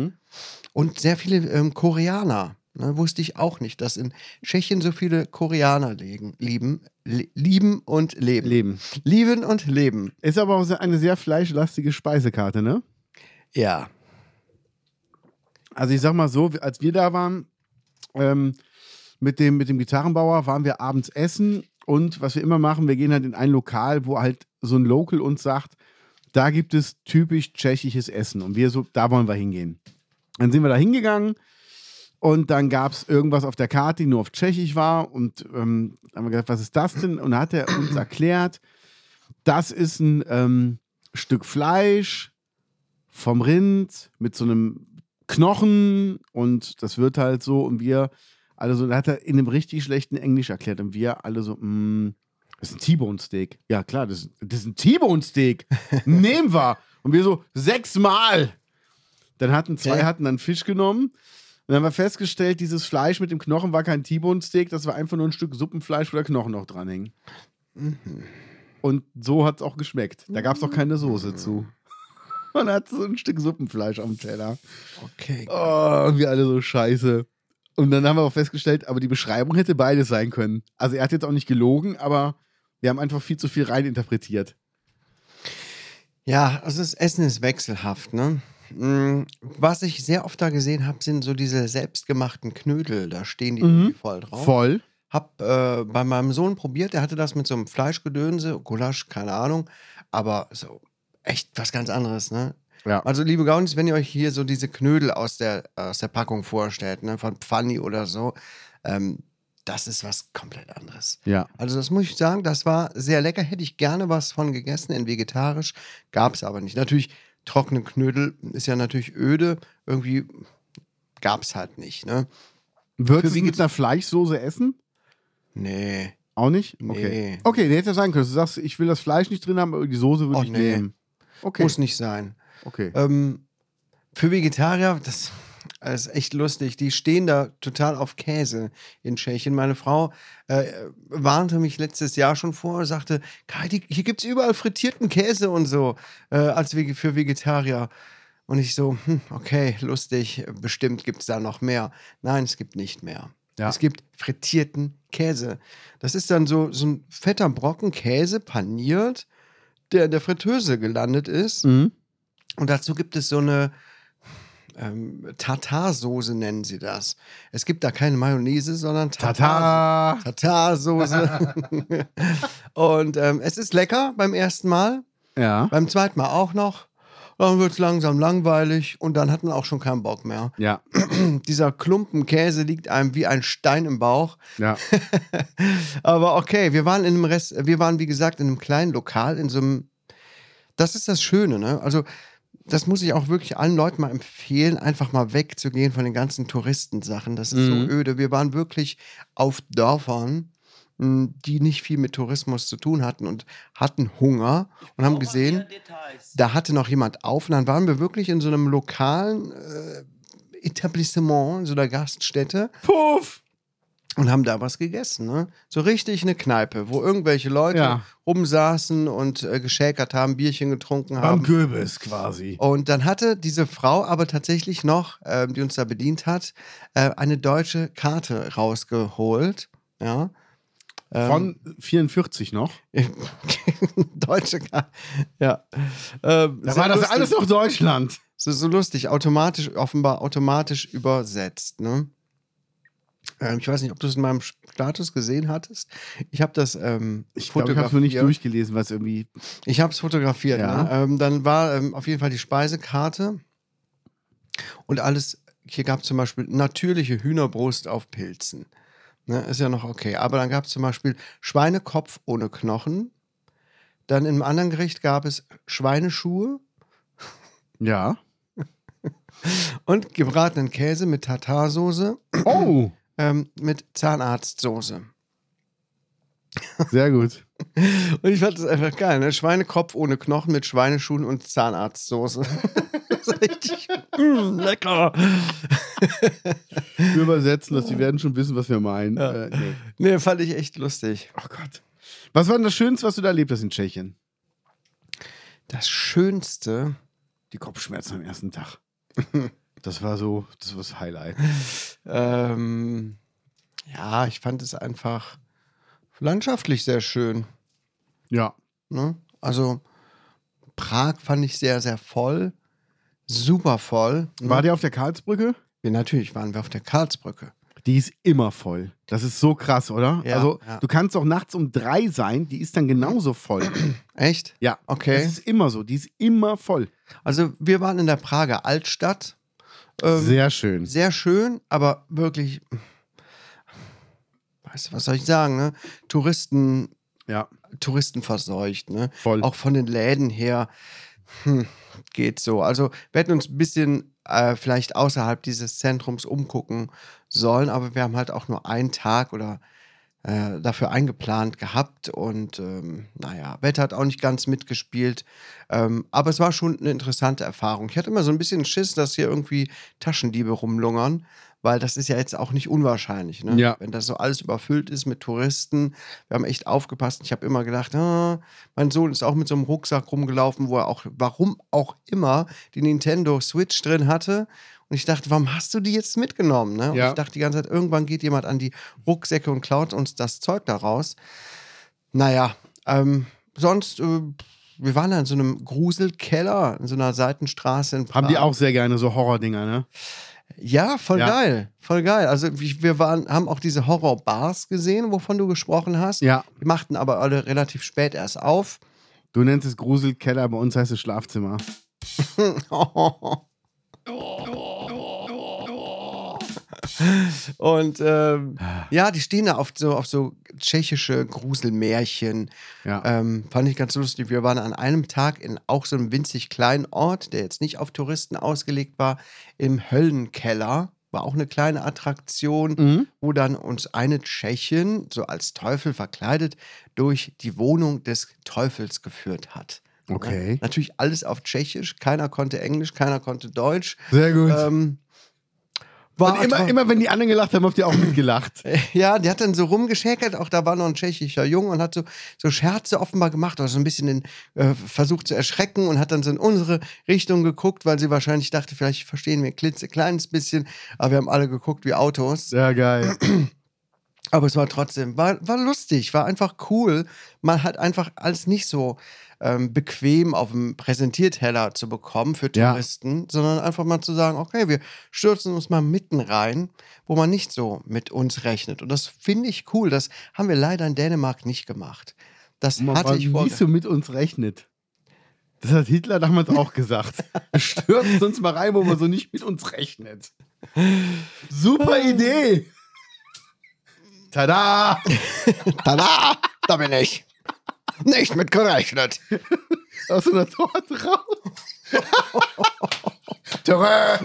[SPEAKER 1] und sehr viele ähm, Koreaner. Ne, wusste ich auch nicht, dass in Tschechien so viele Koreaner legen, lieben, li lieben und leben.
[SPEAKER 2] Leben.
[SPEAKER 1] Lieben und leben.
[SPEAKER 2] Ist aber auch se- eine sehr fleischlastige Speisekarte, ne?
[SPEAKER 1] Ja.
[SPEAKER 2] Also ich sag mal so, als wir da waren, ähm, mit, dem, mit dem Gitarrenbauer waren wir abends essen und was wir immer machen, wir gehen halt in ein Lokal, wo halt so ein Local uns sagt, da gibt es typisch tschechisches Essen und wir so, da wollen wir hingehen. Dann sind wir da hingegangen und dann gab es irgendwas auf der Karte, die nur auf Tschechisch war und ähm, haben wir gesagt, was ist das denn? Und dann hat er uns erklärt, das ist ein ähm, Stück Fleisch vom Rind mit so einem Knochen und das wird halt so und wir alle so, da hat er in einem richtig schlechten Englisch erklärt und wir alle so, mm, das ist ein T-Bone Steak. Ja klar, das, ist- das ist ein T-Bone Steak. Nehmen wir. Und wir so, sechsmal. Dann hatten zwei,
[SPEAKER 1] Okay.
[SPEAKER 2] hatten dann Fisch genommen und dann haben wir festgestellt, dieses Fleisch mit dem Knochen war kein T-Bone Steak, das war einfach nur ein Stück Suppenfleisch, wo der Knochen noch dran hing. Und so hat es auch geschmeckt. Da gab es auch keine Soße zu. Man hat so ein Stück Suppenfleisch am Teller.
[SPEAKER 1] Okay.
[SPEAKER 2] Oh, wir alle so scheiße. Und dann haben wir auch festgestellt, aber die Beschreibung hätte beides sein können. Also er hat jetzt auch nicht gelogen, aber wir haben einfach viel zu viel reininterpretiert.
[SPEAKER 1] Ja, also das Essen ist wechselhaft, ne? Mm, Was ich sehr oft da gesehen habe, sind so diese selbstgemachten Knödel. Da stehen die
[SPEAKER 2] Mhm.
[SPEAKER 1] irgendwie voll drauf.
[SPEAKER 2] Voll.
[SPEAKER 1] Hab äh, bei meinem Sohn probiert, er hatte das mit so einem Fleischgedönse, Gulasch, keine Ahnung, aber so echt was ganz anderes, ne?
[SPEAKER 2] Ja.
[SPEAKER 1] Also, liebe Gaunis, wenn ihr euch hier so diese Knödel aus der, aus der Packung vorstellt, ne, von Pfanni oder so, ähm, das ist was komplett anderes.
[SPEAKER 2] Ja.
[SPEAKER 1] Also, das muss ich sagen, das war sehr lecker. Hätte ich gerne was von gegessen, in vegetarisch, gab es aber nicht. Natürlich, trockene Knödel ist ja natürlich öde, irgendwie gab es halt nicht, ne?
[SPEAKER 2] Würdest
[SPEAKER 1] Für
[SPEAKER 2] du mit einer Fleischsoße essen?
[SPEAKER 1] Nee.
[SPEAKER 2] Auch nicht?
[SPEAKER 1] Nee.
[SPEAKER 2] Okay. Okay, du hättest ja sagen können, du sagst, ich will das Fleisch nicht drin haben, aber die Soße würde
[SPEAKER 1] Och,
[SPEAKER 2] ich
[SPEAKER 1] nee.
[SPEAKER 2] nehmen. Okay.
[SPEAKER 1] Muss nicht sein.
[SPEAKER 2] okay.
[SPEAKER 1] Ähm, für Vegetarier, das, das ist echt lustig. Die stehen da total auf Käse in Tschechien. Meine Frau äh, warnte mich letztes Jahr schon vor, sagte, Kai, die, hier gibt es überall frittierten Käse und so äh, als Wege für Vegetarier. Und ich so, hm, okay, lustig, bestimmt gibt es da noch mehr. Nein, es gibt nicht mehr.
[SPEAKER 2] Ja.
[SPEAKER 1] Es gibt frittierten Käse. Das ist dann so, so ein fetter Brocken Käse, paniert, der in der Fritteuse gelandet ist.
[SPEAKER 2] Mhm.
[SPEAKER 1] Und dazu gibt es so eine ähm, Tartarsoße, nennen sie das. Es gibt da keine Mayonnaise, sondern Tartar.
[SPEAKER 2] Tata!
[SPEAKER 1] Tartarsoße. und ähm, es ist lecker beim ersten Mal,
[SPEAKER 2] Ja.
[SPEAKER 1] beim zweiten Mal auch noch. Dann wird es langsam langweilig und dann hat man auch schon keinen Bock mehr.
[SPEAKER 2] Ja.
[SPEAKER 1] Dieser Klumpen Käse liegt einem wie ein Stein im Bauch.
[SPEAKER 2] Ja.
[SPEAKER 1] Aber okay, wir waren in einem Rest, wir waren wie gesagt in einem kleinen Lokal, in so einem. Das ist das Schöne, ne? Also, das muss ich auch wirklich allen Leuten mal empfehlen, einfach mal wegzugehen von den ganzen Touristensachen. Das ist
[SPEAKER 2] Mhm.
[SPEAKER 1] so öde. Wir waren wirklich auf Dörfern, mh, die nicht viel mit Tourismus zu tun hatten und hatten Hunger und haben gesehen, da hatte noch jemand auf. Und dann waren wir wirklich in so einem lokalen äh, Etablissement, in so einer Gaststätte
[SPEAKER 2] Puff!
[SPEAKER 1] und haben da was gegessen. Ne? So richtig eine Kneipe, wo irgendwelche Leute
[SPEAKER 2] Ja.
[SPEAKER 1] rumsaßen und äh, geschäkert haben, Bierchen getrunken
[SPEAKER 2] Beim
[SPEAKER 1] haben.
[SPEAKER 2] Kürbis quasi.
[SPEAKER 1] Und dann hatte diese Frau aber tatsächlich noch, ähm, die uns da bedient hat, äh, eine deutsche Karte rausgeholt. Ja. Ähm,
[SPEAKER 2] Von 44 noch.
[SPEAKER 1] deutsche Karte. Ja. Ähm,
[SPEAKER 2] Da
[SPEAKER 1] sehr
[SPEAKER 2] war das
[SPEAKER 1] lustig.
[SPEAKER 2] alles noch Deutschland.
[SPEAKER 1] So, so lustig, automatisch, offenbar automatisch übersetzt, ne? Ähm, ich weiß nicht, ob du es in meinem Status gesehen hattest. Ich habe das ähm,
[SPEAKER 2] Ich glaube, ich habe es nur nicht durchgelesen, weil es irgendwie.
[SPEAKER 1] Ich habe es fotografiert.
[SPEAKER 2] Ja.
[SPEAKER 1] Ne? Ähm, dann war ähm, auf jeden Fall die Speisekarte und alles. Hier gab es zum Beispiel natürliche Hühnerbrust auf Pilzen. Ne? Ist ja noch okay. Aber dann gab es zum Beispiel Schweinekopf ohne Knochen. Dann im anderen Gericht gab es Schweineschuhe
[SPEAKER 2] Ja.
[SPEAKER 1] und gebratenen Käse mit Tartarsoße,
[SPEAKER 2] Oh!
[SPEAKER 1] ähm, mit Zahnarztsoße.
[SPEAKER 2] Sehr gut.
[SPEAKER 1] Und ich fand das einfach geil, ne? Schweinekopf ohne Knochen mit Schweineschuhen und Zahnarztsoße. das ist richtig mm, lecker.
[SPEAKER 2] Wir übersetzen das, die werden schon wissen, was wir meinen.
[SPEAKER 1] Ja.
[SPEAKER 2] Äh, nee.
[SPEAKER 1] Nee, fand ich echt lustig.
[SPEAKER 2] Oh Gott. Was war denn das Schönste, was du da erlebt hast in Tschechien?
[SPEAKER 1] Das Schönste,
[SPEAKER 2] Die Kopfschmerzen am ersten Tag. Das war so, das war das Highlight.
[SPEAKER 1] ähm, ja, ich fand es einfach landschaftlich sehr schön.
[SPEAKER 2] Ja.
[SPEAKER 1] Ne? Also, Prag fand ich sehr, sehr voll. Super voll. Ne?
[SPEAKER 2] War der Mhm. auf der Karlsbrücke?
[SPEAKER 1] wir, natürlich waren wir auf der Karlsbrücke.
[SPEAKER 2] Die ist immer voll. Das ist so krass, oder?
[SPEAKER 1] Ja,
[SPEAKER 2] also,
[SPEAKER 1] ja.
[SPEAKER 2] du kannst auch nachts um drei sein, die ist dann genauso voll.
[SPEAKER 1] Echt?
[SPEAKER 2] Ja.
[SPEAKER 1] Okay.
[SPEAKER 2] Das ist immer so, die ist immer voll.
[SPEAKER 1] Also, wir waren in der Prager Altstadt. Ähm,
[SPEAKER 2] Sehr schön.
[SPEAKER 1] sehr schön, aber wirklich, weißt du, was soll ich sagen, ne? Touristen,
[SPEAKER 2] Ja,
[SPEAKER 1] Touristen verseucht, ne?
[SPEAKER 2] voll.
[SPEAKER 1] Auch von den Läden her hm, geht so. Also wir hätten uns ein bisschen äh, vielleicht außerhalb dieses Zentrums umgucken sollen, aber wir haben halt auch nur einen Tag oder äh, dafür eingeplant gehabt und ähm, naja, Wetter hat auch nicht ganz mitgespielt, ähm, aber es war schon eine interessante Erfahrung. Ich hatte immer so ein bisschen Schiss, dass hier irgendwie Taschendiebe rumlungern, weil das ist ja jetzt auch nicht unwahrscheinlich, ne?
[SPEAKER 2] Ja.
[SPEAKER 1] wenn das so alles überfüllt ist mit Touristen. Wir haben echt aufgepasst. Ich habe immer gedacht, ah, mein Sohn ist auch mit so einem Rucksack rumgelaufen, wo er auch, warum auch immer, die Nintendo Switch drin hatte. Und ich dachte, warum hast du die jetzt mitgenommen? Ne? Und
[SPEAKER 2] Ja.
[SPEAKER 1] ich dachte die ganze Zeit, irgendwann geht jemand an die Rucksäcke und klaut uns das Zeug daraus. Naja, ähm, sonst, äh, wir waren da in so einem Gruselkeller, in so einer Seitenstraße in Prag.
[SPEAKER 2] Haben die auch sehr gerne so Horrordinger, ne?
[SPEAKER 1] Ja, voll
[SPEAKER 2] Ja.
[SPEAKER 1] geil. Voll geil. Also ich- wir waren, haben auch diese Horrorbars gesehen, wovon du gesprochen hast.
[SPEAKER 2] Ja,
[SPEAKER 1] Die machten aber alle relativ spät erst auf.
[SPEAKER 2] du nennst es Gruselkeller, bei uns heißt es Schlafzimmer.
[SPEAKER 1] Und ähm, ja, die stehen da auf so, auf so tschechische Gruselmärchen.
[SPEAKER 2] Ja.
[SPEAKER 1] Ähm, fand ich ganz lustig. Wir waren an einem Tag in auch so einem winzig kleinen Ort, der jetzt nicht auf Touristen ausgelegt war, im Höllenkeller. War auch eine kleine Attraktion,
[SPEAKER 2] Mhm.
[SPEAKER 1] wo dann uns eine Tschechin, so als Teufel verkleidet, durch die Wohnung des Teufels geführt hat. Ne?
[SPEAKER 2] Okay.
[SPEAKER 1] Natürlich alles auf Tschechisch. Keiner konnte Englisch, keiner konnte Deutsch.
[SPEAKER 2] Sehr gut.
[SPEAKER 1] Ähm, war
[SPEAKER 2] Und immer,
[SPEAKER 1] attra-
[SPEAKER 2] immer wenn die anderen gelacht haben, habt ihr auch mitgelacht.
[SPEAKER 1] Ja, die hat dann so rumgeschäkert, auch da war noch ein tschechischer Junge und hat so, so Scherze offenbar gemacht oder so ein bisschen den äh, versucht zu erschrecken und hat dann so in unsere Richtung geguckt, weil sie wahrscheinlich dachte, vielleicht verstehen wir ein klitzekleines bisschen, aber wir haben alle geguckt wie Autos.
[SPEAKER 2] Sehr geil.
[SPEAKER 1] Aber es war trotzdem, war, war lustig, war einfach cool. Man hat einfach alles nicht so ähm, bequem auf dem Präsentierteller zu bekommen für
[SPEAKER 2] Ja.
[SPEAKER 1] Touristen, sondern einfach mal zu sagen, okay, wir stürzen uns mal mitten rein, wo man nicht so mit uns rechnet. Und das finde ich cool. Das haben wir leider in Dänemark nicht gemacht. Das
[SPEAKER 2] Man
[SPEAKER 1] hatte ich
[SPEAKER 2] man
[SPEAKER 1] vor.
[SPEAKER 2] nie so mit uns rechnet. Das hat Hitler damals auch gesagt. Stürzt uns mal rein, wo man so nicht mit uns rechnet. Super Idee. Tada!
[SPEAKER 1] Tada, da bin ich. Nicht mit gerechnet.
[SPEAKER 2] Aus einer Torte raus. Töre!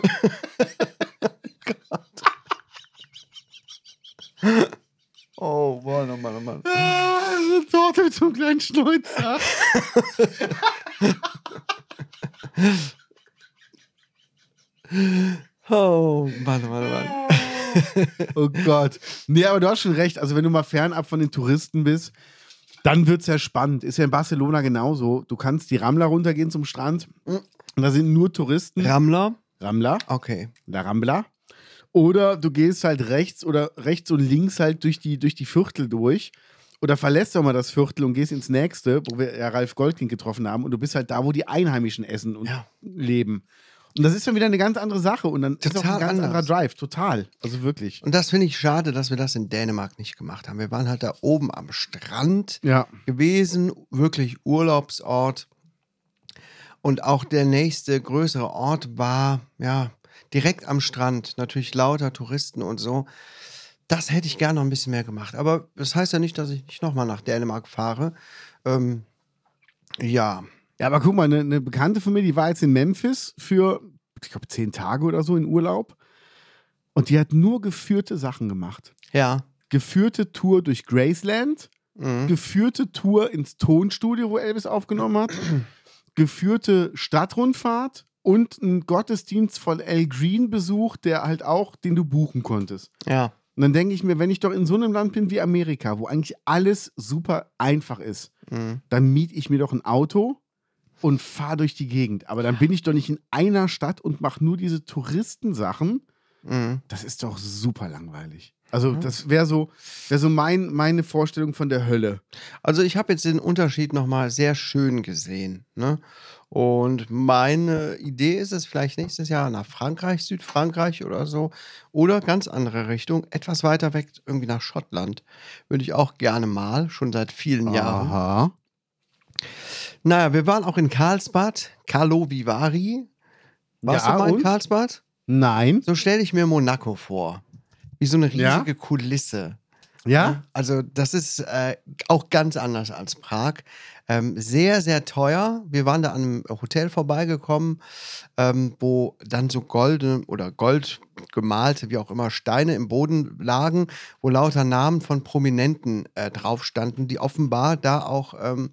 [SPEAKER 1] Oh Mann, oh Mann, oh Mann.
[SPEAKER 2] Ah, eine Torte mit so einem kleinen Schnäuzer.
[SPEAKER 1] Oh Mann, oh Mann, oh Mann.
[SPEAKER 2] Oh Gott. Nee, aber du hast schon recht. Also, wenn du mal fernab von den Touristen bist, dann wird es ja spannend. Ist ja in Barcelona genauso. Du kannst die Rambla runtergehen zum Strand. Und da sind nur Touristen.
[SPEAKER 1] Ramler?
[SPEAKER 2] Rambla,
[SPEAKER 1] Okay.
[SPEAKER 2] La Rambla. Oder du gehst halt rechts oder rechts und links halt durch die, durch die Viertel durch. Oder verlässt doch mal das Viertel und gehst ins nächste, wo wir ja Ralf Goldking getroffen haben. Und du bist halt da, wo die Einheimischen essen und
[SPEAKER 1] Ja.
[SPEAKER 2] leben. Und das ist dann wieder eine ganz andere Sache. Und dann ist auch
[SPEAKER 1] Total
[SPEAKER 2] ein ganz
[SPEAKER 1] anders.
[SPEAKER 2] anderer Drive. Total. Also wirklich.
[SPEAKER 1] Und das finde ich schade, dass wir das in Dänemark nicht gemacht haben. Wir waren halt da oben am Strand
[SPEAKER 2] Ja.
[SPEAKER 1] gewesen, wirklich Urlaubsort. Und auch der nächste größere Ort war, ja, direkt am Strand. Natürlich lauter Touristen und so. Das hätte ich gerne noch ein bisschen mehr gemacht. Aber das heißt ja nicht, dass ich nicht nochmal nach Dänemark fahre. Ähm, ja,
[SPEAKER 2] Ja, aber guck mal, eine, eine Bekannte von mir, die war jetzt in Memphis für, ich glaube, zehn Tage oder so in Urlaub. Und die hat nur geführte Sachen gemacht.
[SPEAKER 1] ja.
[SPEAKER 2] Geführte Tour durch Graceland,
[SPEAKER 1] Mhm.
[SPEAKER 2] geführte Tour ins Tonstudio, wo Elvis aufgenommen hat, geführte Stadtrundfahrt und einen Gottesdienst von Al Green besucht, der halt auch, den du buchen konntest.
[SPEAKER 1] Ja.
[SPEAKER 2] Und dann denke ich mir, wenn ich doch in so einem Land bin wie Amerika, wo eigentlich alles super einfach ist,
[SPEAKER 1] Mhm.
[SPEAKER 2] dann miete ich mir doch ein Auto und fahre durch die Gegend. Aber dann bin ich doch nicht in einer Stadt und mache nur diese Touristensachen.
[SPEAKER 1] Mhm.
[SPEAKER 2] Das ist doch super langweilig. Also, das wäre so, wär so mein, meine Vorstellung von der Hölle.
[SPEAKER 1] Also ich habe jetzt den Unterschied nochmal sehr schön gesehen. Ne? Und meine Idee ist es vielleicht nächstes Jahr nach Frankreich, Südfrankreich oder so. Oder ganz andere Richtung, etwas weiter weg, irgendwie nach Schottland. Würde ich auch gerne mal, schon seit vielen Jahren.
[SPEAKER 2] Aha.
[SPEAKER 1] Naja, wir waren auch in Karlsbad, Carlo Vivari. Warst
[SPEAKER 2] Ja,
[SPEAKER 1] du mal in
[SPEAKER 2] und?
[SPEAKER 1] Karlsbad?
[SPEAKER 2] Nein.
[SPEAKER 1] So stelle ich mir Monaco vor. Wie so eine riesige
[SPEAKER 2] Ja?
[SPEAKER 1] Kulisse.
[SPEAKER 2] Ja?
[SPEAKER 1] Also das ist äh, auch ganz anders als Prag. Ähm, sehr, sehr teuer. Wir waren da an einem Hotel vorbeigekommen, ähm, wo dann so goldene oder gold gemalte, wie auch immer, Steine im Boden lagen, wo lauter Namen von Prominenten äh, drauf standen, die offenbar da auch ähm,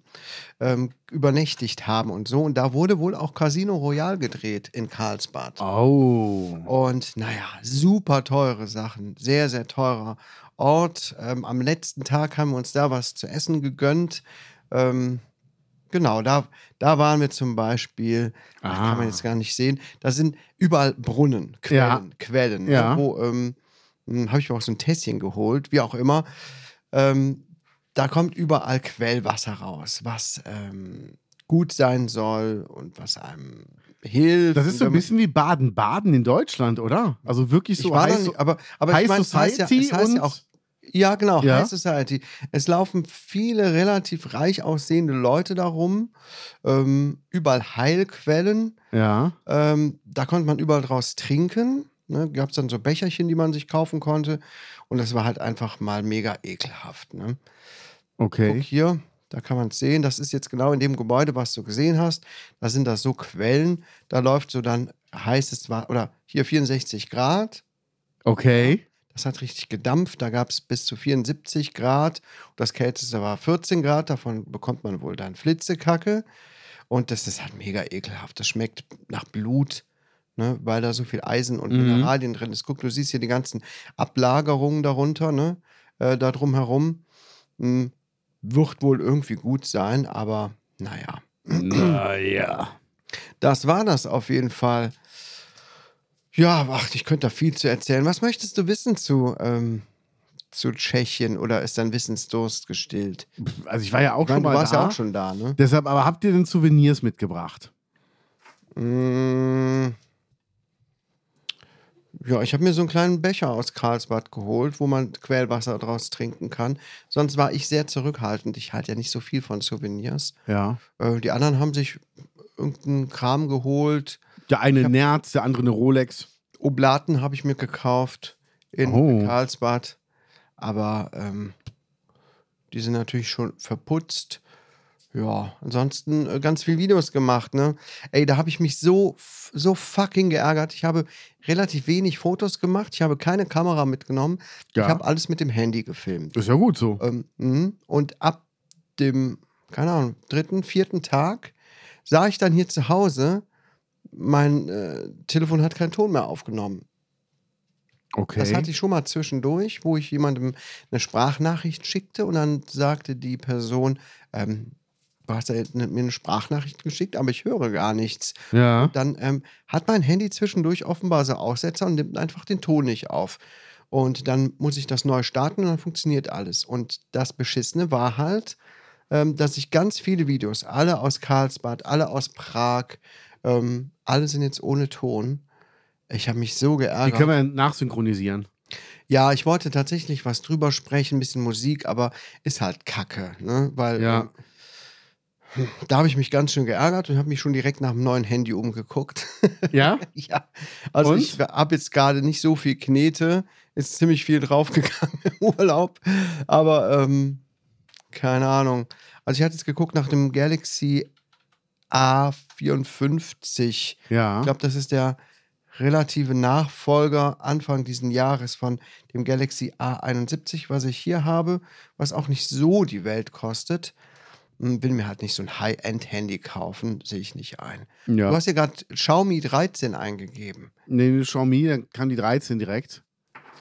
[SPEAKER 1] ähm, übernächtigt haben und so. Und da wurde wohl auch Casino Royal gedreht in Karlsbad.
[SPEAKER 2] Oh.
[SPEAKER 1] Und naja, super teure Sachen, sehr, sehr teurer Ort. Ähm, am letzten Tag haben wir uns da was zu essen gegönnt. Ähm, genau, da, da waren wir zum Beispiel, das
[SPEAKER 2] Ah.
[SPEAKER 1] kann man jetzt gar nicht sehen, da sind überall Brunnen,
[SPEAKER 2] Ja.
[SPEAKER 1] Quellen, Quellen, ne,
[SPEAKER 2] Ja.
[SPEAKER 1] wo ähm, habe ich mir auch so ein Tässchen geholt, wie auch immer. Ähm, da kommt überall Quellwasser raus, was ähm, gut sein soll und was einem hilft.
[SPEAKER 2] Das ist so
[SPEAKER 1] und
[SPEAKER 2] ein
[SPEAKER 1] wenn man-
[SPEAKER 2] bisschen wie Baden-Baden in Deutschland, oder? Also wirklich
[SPEAKER 1] Ich
[SPEAKER 2] so
[SPEAKER 1] war da
[SPEAKER 2] heiß.
[SPEAKER 1] nicht, aber, aber
[SPEAKER 2] High
[SPEAKER 1] ich mein, es heißt ja,
[SPEAKER 2] Society
[SPEAKER 1] es heißt
[SPEAKER 2] und-
[SPEAKER 1] ja auch. Ja, genau,
[SPEAKER 2] Ja.
[SPEAKER 1] High Society. Es laufen viele relativ reich aussehende Leute darum, ähm, überall Heilquellen.
[SPEAKER 2] ja.
[SPEAKER 1] Ähm, da konnte man überall draus trinken. Ne? Gab es dann so Becherchen, die man sich kaufen konnte. Und das war halt einfach mal mega ekelhaft. Ne?
[SPEAKER 2] Okay.
[SPEAKER 1] Guck hier, da kann man es sehen. Das ist jetzt genau in dem Gebäude, was du gesehen hast. Da sind das so Quellen. Da läuft so dann heißes Wasser. Oder hier 64 Grad.
[SPEAKER 2] Okay.
[SPEAKER 1] Das hat richtig gedampft. Da gab es bis zu 74 Grad. Das kälteste war 14 Grad. Davon bekommt man wohl dann Flitzekacke. Und das ist halt mega ekelhaft. Das schmeckt nach Blut, ne? weil da so viel Eisen und
[SPEAKER 2] Mhm.
[SPEAKER 1] Mineralien drin ist. Guck, du siehst hier die ganzen Ablagerungen darunter, ne? äh, da drumherum. Hm, wird wohl irgendwie gut sein, aber naja.
[SPEAKER 2] naja.
[SPEAKER 1] Das war das auf jeden Fall. Ja, ach, ich könnte da viel zu erzählen. Was möchtest du wissen zu, ähm, zu Tschechien oder ist dein Wissensdurst gestillt?
[SPEAKER 2] Also ich war ja auch
[SPEAKER 1] Ich meine,
[SPEAKER 2] schon
[SPEAKER 1] du
[SPEAKER 2] mal
[SPEAKER 1] warst
[SPEAKER 2] da.
[SPEAKER 1] ja auch schon da, ne?
[SPEAKER 2] Deshalb, aber habt ihr denn Souvenirs mitgebracht?
[SPEAKER 1] Mm. Ja, ich habe mir so einen kleinen Becher aus Karlsbad geholt, wo man Quellwasser draus trinken kann. Sonst war ich sehr zurückhaltend. Ich halte ja nicht so viel von Souvenirs.
[SPEAKER 2] Ja.
[SPEAKER 1] Äh, die anderen haben sich irgendeinen Kram geholt.
[SPEAKER 2] Der eine Nerz, der andere eine Rolex.
[SPEAKER 1] Oblaten habe ich mir gekauft in
[SPEAKER 2] Oh.
[SPEAKER 1] Karlsbad. Aber ähm, die sind natürlich schon verputzt. Ja, ansonsten äh, ganz viel Videos gemacht, ne? Ey, da habe ich mich so, f- so fucking geärgert. Ich habe relativ wenig Fotos gemacht. Ich habe keine Kamera mitgenommen.
[SPEAKER 2] Ja.
[SPEAKER 1] Ich habe alles mit dem Handy gefilmt.
[SPEAKER 2] Ist ja gut so.
[SPEAKER 1] Ähm, mhm. und ab dem, keine Ahnung, dritten, vierten Tag sah ich dann hier zu Hause, mein äh, Telefon hat keinen Ton mehr aufgenommen.
[SPEAKER 2] Okay.
[SPEAKER 1] Das hatte ich schon mal zwischendurch, wo ich jemandem eine Sprachnachricht schickte und dann sagte die Person, ähm, du hast ja jetzt ne- mir eine Sprachnachricht geschickt, aber ich höre gar nichts.
[SPEAKER 2] ja.
[SPEAKER 1] Dann ähm, hat mein Handy zwischendurch offenbar so Aussetzer und nimmt einfach den Ton nicht auf. Und dann muss ich das neu starten und dann funktioniert alles. Und das Beschissene war halt, ähm, dass ich ganz viele Videos, alle aus Karlsbad, alle aus Prag, ähm, alle sind jetzt ohne Ton. Ich habe mich so
[SPEAKER 2] Die
[SPEAKER 1] geärgert.
[SPEAKER 2] können wir nachsynchronisieren.
[SPEAKER 1] Ja, ich wollte tatsächlich was drüber sprechen, ein bisschen Musik, aber ist halt Kacke, ne? Weil
[SPEAKER 2] Ja.
[SPEAKER 1] ähm, da habe ich mich ganz schön geärgert und habe mich schon direkt nach dem neuen Handy umgeguckt.
[SPEAKER 2] Ja?
[SPEAKER 1] ja, also
[SPEAKER 2] Und?
[SPEAKER 1] ich habe jetzt gerade nicht so viel Knete, ist ziemlich viel draufgegangen im Urlaub, aber ähm, keine Ahnung. Also ich hatte jetzt geguckt nach dem Galaxy A54.
[SPEAKER 2] Ja.
[SPEAKER 1] Ich glaube, das ist der relative Nachfolger Anfang diesen Jahres von dem Galaxy A71, was ich hier habe, was auch nicht so die Welt kostet. Hm, Will mir halt nicht so ein High-End-Handy kaufen, sehe ich nicht ein. Du
[SPEAKER 2] ja.
[SPEAKER 1] hast ja gerade Xiaomi 13 eingegeben.
[SPEAKER 2] Nee, die Xiaomi, dann kann die 13 direkt.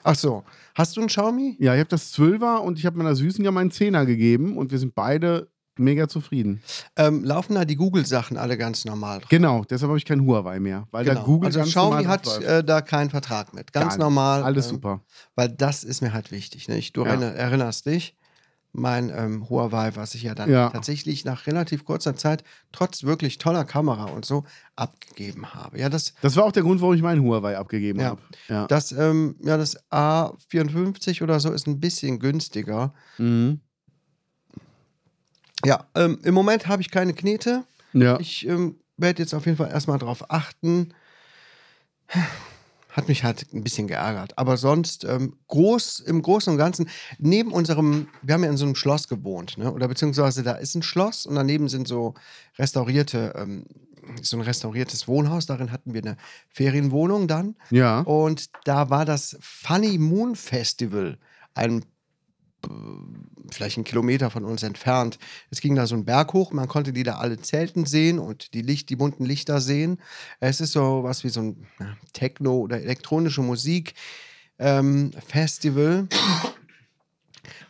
[SPEAKER 1] Ach so, hast du ein Xiaomi?
[SPEAKER 2] Ja, ich habe das 12er und ich habe meiner Süßen ja meinen 10er gegeben und wir sind beide mega zufrieden.
[SPEAKER 1] Ähm, laufen da die Google-Sachen alle ganz normal drauf?
[SPEAKER 2] Genau, deshalb habe ich kein Huawei mehr, weil da Google
[SPEAKER 1] also
[SPEAKER 2] ganz
[SPEAKER 1] Xiaomi
[SPEAKER 2] normal
[SPEAKER 1] hat
[SPEAKER 2] drauf läuft.
[SPEAKER 1] äh, da keinen Vertrag mit. Ganz
[SPEAKER 2] Gar nicht.
[SPEAKER 1] normal.
[SPEAKER 2] Alles
[SPEAKER 1] ähm,
[SPEAKER 2] super.
[SPEAKER 1] Weil das ist mir halt wichtig. Ne? Ich, du
[SPEAKER 2] Ja.
[SPEAKER 1] erinner- erinnerst dich, mein ähm, Huawei, was ich ja dann
[SPEAKER 2] Ja.
[SPEAKER 1] tatsächlich nach relativ kurzer Zeit, trotz wirklich toller Kamera und so, abgegeben habe. Ja, das,
[SPEAKER 2] Das war auch der Grund, warum ich meinen Huawei abgegeben
[SPEAKER 1] Ja.
[SPEAKER 2] habe. Ja.
[SPEAKER 1] das, ähm, ja, das A54 oder so ist ein bisschen günstiger.
[SPEAKER 2] Mhm.
[SPEAKER 1] Ja, ähm, im Moment habe ich keine Knete.
[SPEAKER 2] ja.
[SPEAKER 1] Ich ähm, werde jetzt auf jeden Fall erstmal drauf achten. Hat mich halt ein bisschen geärgert. Aber sonst, ähm, groß, im Großen und Ganzen, neben unserem, wir haben ja in so einem Schloss gewohnt, ne? oder beziehungsweise da ist ein Schloss und daneben sind so restaurierte, ähm, so ein restauriertes Wohnhaus. Darin hatten wir eine Ferienwohnung dann.
[SPEAKER 2] ja.
[SPEAKER 1] Und da war das Funny Moon Festival, ein äh, vielleicht einen Kilometer von uns entfernt. Es ging da so einen Berg hoch, man konnte die da alle Zelten sehen und die, Licht, die bunten Lichter sehen. Es ist so was wie so ein ja, Techno oder elektronische Musik ähm, Festival.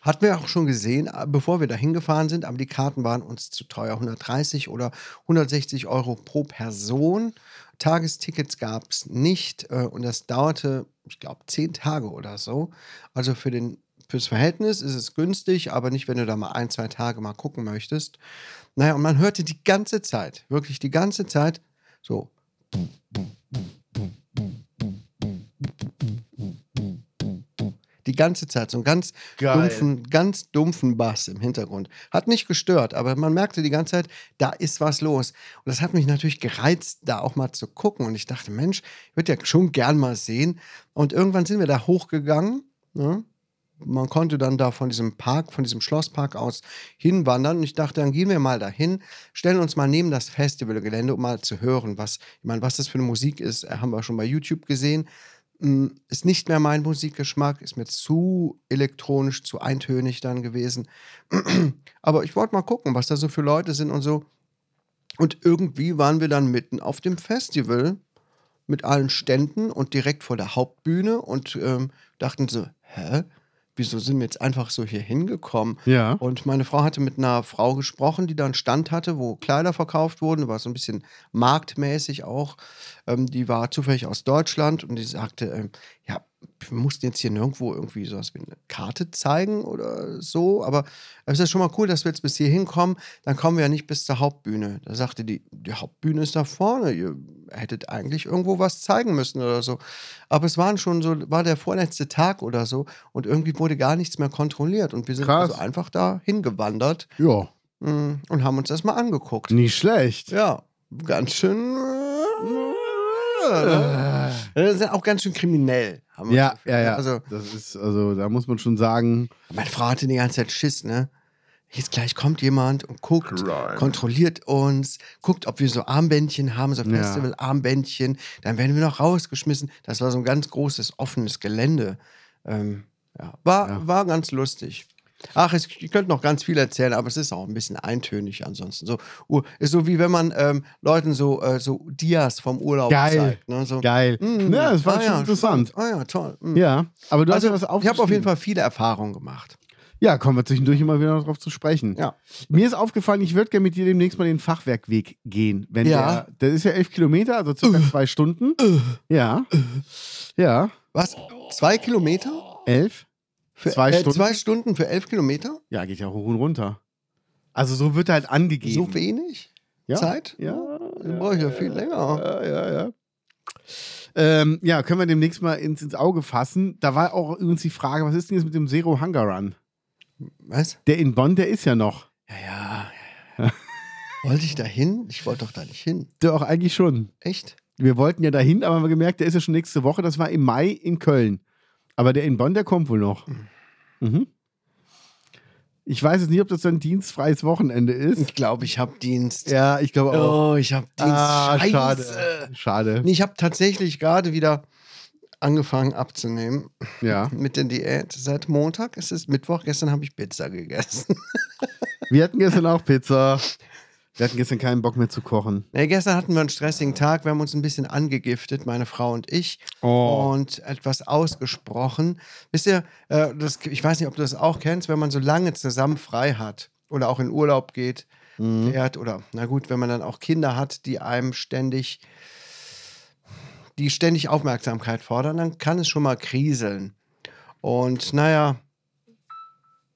[SPEAKER 1] Hatten wir auch schon gesehen, äh, bevor wir da hingefahren sind, aber die Karten waren uns zu teuer. 130 oder 160 Euro pro Person. Tagestickets gab es nicht äh, und das dauerte, ich glaube, zehn Tage oder so. Also für den, fürs Verhältnis ist es günstig, aber nicht, wenn du da mal ein, zwei Tage mal gucken möchtest. Naja, und man hörte die ganze Zeit, wirklich die ganze Zeit, so Die ganze Zeit so einen ganz
[SPEAKER 2] Geil.
[SPEAKER 1] dumpfen, ganz dumpfen Bass im Hintergrund. Hat nicht gestört, aber man merkte die ganze Zeit, da ist was los. Und das hat mich natürlich gereizt, da auch mal zu gucken. Und ich dachte, Mensch, ich würde ja schon gern mal sehen. Und irgendwann sind wir da hochgegangen. Ne? Man konnte dann da von diesem Park, von diesem Schlosspark aus hinwandern. Und ich dachte, dann gehen wir mal dahin, stellen uns mal neben das Festivalgelände, um mal zu hören, was, ich meine, was das für eine Musik ist, äh, haben wir schon bei YouTube gesehen. Mm, Ist nicht mehr mein Musikgeschmack, ist mir zu elektronisch, zu eintönig dann gewesen. Aber ich wollte mal gucken, was da so für Leute sind und so. Und irgendwie waren wir dann mitten auf dem Festival mit allen Ständen und direkt vor der Hauptbühne und ähm, dachten so, hä? Wieso sind wir jetzt einfach so hier hingekommen?
[SPEAKER 2] Ja.
[SPEAKER 1] Und meine Frau hatte mit einer Frau gesprochen, die da einen Stand hatte, wo Kleider verkauft wurden, war so ein bisschen marktmäßig auch. Ähm, die war zufällig aus Deutschland und die sagte, ähm, ja, wir mussten jetzt hier nirgendwo irgendwie sowas wie eine Karte zeigen oder so, aber es ist ja schon mal cool, dass wir jetzt bis hier hinkommen, dann kommen wir ja nicht bis zur Hauptbühne. Da sagte die, die Hauptbühne ist da vorne, ihr hättet eigentlich irgendwo was zeigen müssen oder so. Aber es waren schon so, war der vorletzte Tag oder so und irgendwie wurde gar nichts mehr kontrolliert und wir sind
[SPEAKER 2] Krass.
[SPEAKER 1] also einfach da hingewandert
[SPEAKER 2] Ja,
[SPEAKER 1] mm, und haben uns das mal angeguckt.
[SPEAKER 2] nicht schlecht.
[SPEAKER 1] Ja, ganz schön. äh, Das ist ja auch ganz schön kriminell. haben wir
[SPEAKER 2] Ja,
[SPEAKER 1] das Gefühl.
[SPEAKER 2] ja, ja.
[SPEAKER 1] Also,
[SPEAKER 2] das ist, also da muss man schon sagen,
[SPEAKER 1] meine Frau hatte die ganze Zeit Schiss, ne? Jetzt gleich kommt jemand und guckt, kontrolliert uns, guckt, ob wir so Armbändchen haben, so
[SPEAKER 2] Ja.
[SPEAKER 1] Festival-Armbändchen. Dann werden wir noch rausgeschmissen. Das war so ein ganz großes, offenes Gelände. Ähm, ja. War,
[SPEAKER 2] Ja.
[SPEAKER 1] war ganz lustig. Ach, es, ich könnte noch ganz viel erzählen, aber es ist auch ein bisschen eintönig ansonsten. So, Ur- ist so wie wenn man ähm, Leuten so, äh, so Dias vom Urlaub
[SPEAKER 2] Geil.
[SPEAKER 1] zeigt. Ne? So,
[SPEAKER 2] geil.
[SPEAKER 1] mm,
[SPEAKER 2] ja, das war
[SPEAKER 1] ah
[SPEAKER 2] schon
[SPEAKER 1] ja,
[SPEAKER 2] interessant.
[SPEAKER 1] Ah ja, toll. mm.
[SPEAKER 2] Ja, aber du hast ja was
[SPEAKER 1] ich habe auf jeden
[SPEAKER 2] aufgeschrieben.
[SPEAKER 1] Fall viele Erfahrungen gemacht.
[SPEAKER 2] Ja, kommen wir zwischendurch immer wieder darauf zu sprechen.
[SPEAKER 1] Ja.
[SPEAKER 2] Mir ist aufgefallen, ich würde gerne mit dir demnächst mal den Fachwerkweg gehen. Wenn
[SPEAKER 1] Ja. Äh.
[SPEAKER 2] Der, das ist ja elf Kilometer, also circa zwei Stunden. ja. ja.
[SPEAKER 1] Was? Zwei Kilometer?
[SPEAKER 2] Elf?
[SPEAKER 1] Für, äh,
[SPEAKER 2] Zwei Stunden?
[SPEAKER 1] Zwei Stunden für elf Kilometer?
[SPEAKER 2] Ja, geht ja hoch und runter. Also so wird halt angegeben.
[SPEAKER 1] So wenig?
[SPEAKER 2] ja.
[SPEAKER 1] Zeit?
[SPEAKER 2] Ja.
[SPEAKER 1] Dann brauche ich ja viel länger.
[SPEAKER 2] Ja, ja, ja. Ähm, ja, können wir demnächst mal ins, ins Auge fassen. Da war auch übrigens die Frage, was ist denn jetzt mit dem Zero Hunger Run?
[SPEAKER 1] Was?
[SPEAKER 2] Der in Bonn, der ist ja noch.
[SPEAKER 1] Ja, ja. ja, ja. wollte ich da hin? Ich wollte doch da nicht hin.
[SPEAKER 2] Doch, eigentlich schon.
[SPEAKER 1] Echt?
[SPEAKER 2] Wir wollten ja dahin, aber haben wir gemerkt, der ist ja schon nächste Woche. Das war im Mai in Köln. Aber der in Bonn, der kommt wohl noch. Mhm. Ich weiß jetzt nicht, ob das dann dienstfreies Wochenende ist.
[SPEAKER 1] Ich glaube, ich habe Dienst.
[SPEAKER 2] Ja, ich glaube auch.
[SPEAKER 1] Oh, ich habe Dienst.
[SPEAKER 2] ah,
[SPEAKER 1] Scheiße.
[SPEAKER 2] schade. Schade.
[SPEAKER 1] Nee, ich habe tatsächlich gerade wieder angefangen abzunehmen
[SPEAKER 2] Ja.
[SPEAKER 1] mit der Diät. Seit Montag ist es Mittwoch. Gestern habe ich Pizza gegessen.
[SPEAKER 2] Wir hatten gestern auch Pizza. Wir hatten gestern keinen Bock mehr zu kochen.
[SPEAKER 1] Nee, gestern hatten wir einen stressigen Tag. Wir haben uns ein bisschen angegiftet, meine Frau und ich.
[SPEAKER 2] Oh.
[SPEAKER 1] und etwas ausgesprochen. Wisst ihr, äh, das, ich weiß nicht, ob du das auch kennst, wenn man so lange zusammen frei hat oder auch in Urlaub geht, fährt oder na gut, wenn man dann auch Kinder hat, die einem ständig, die ständig Aufmerksamkeit fordern, dann kann es schon mal kriseln. Und naja,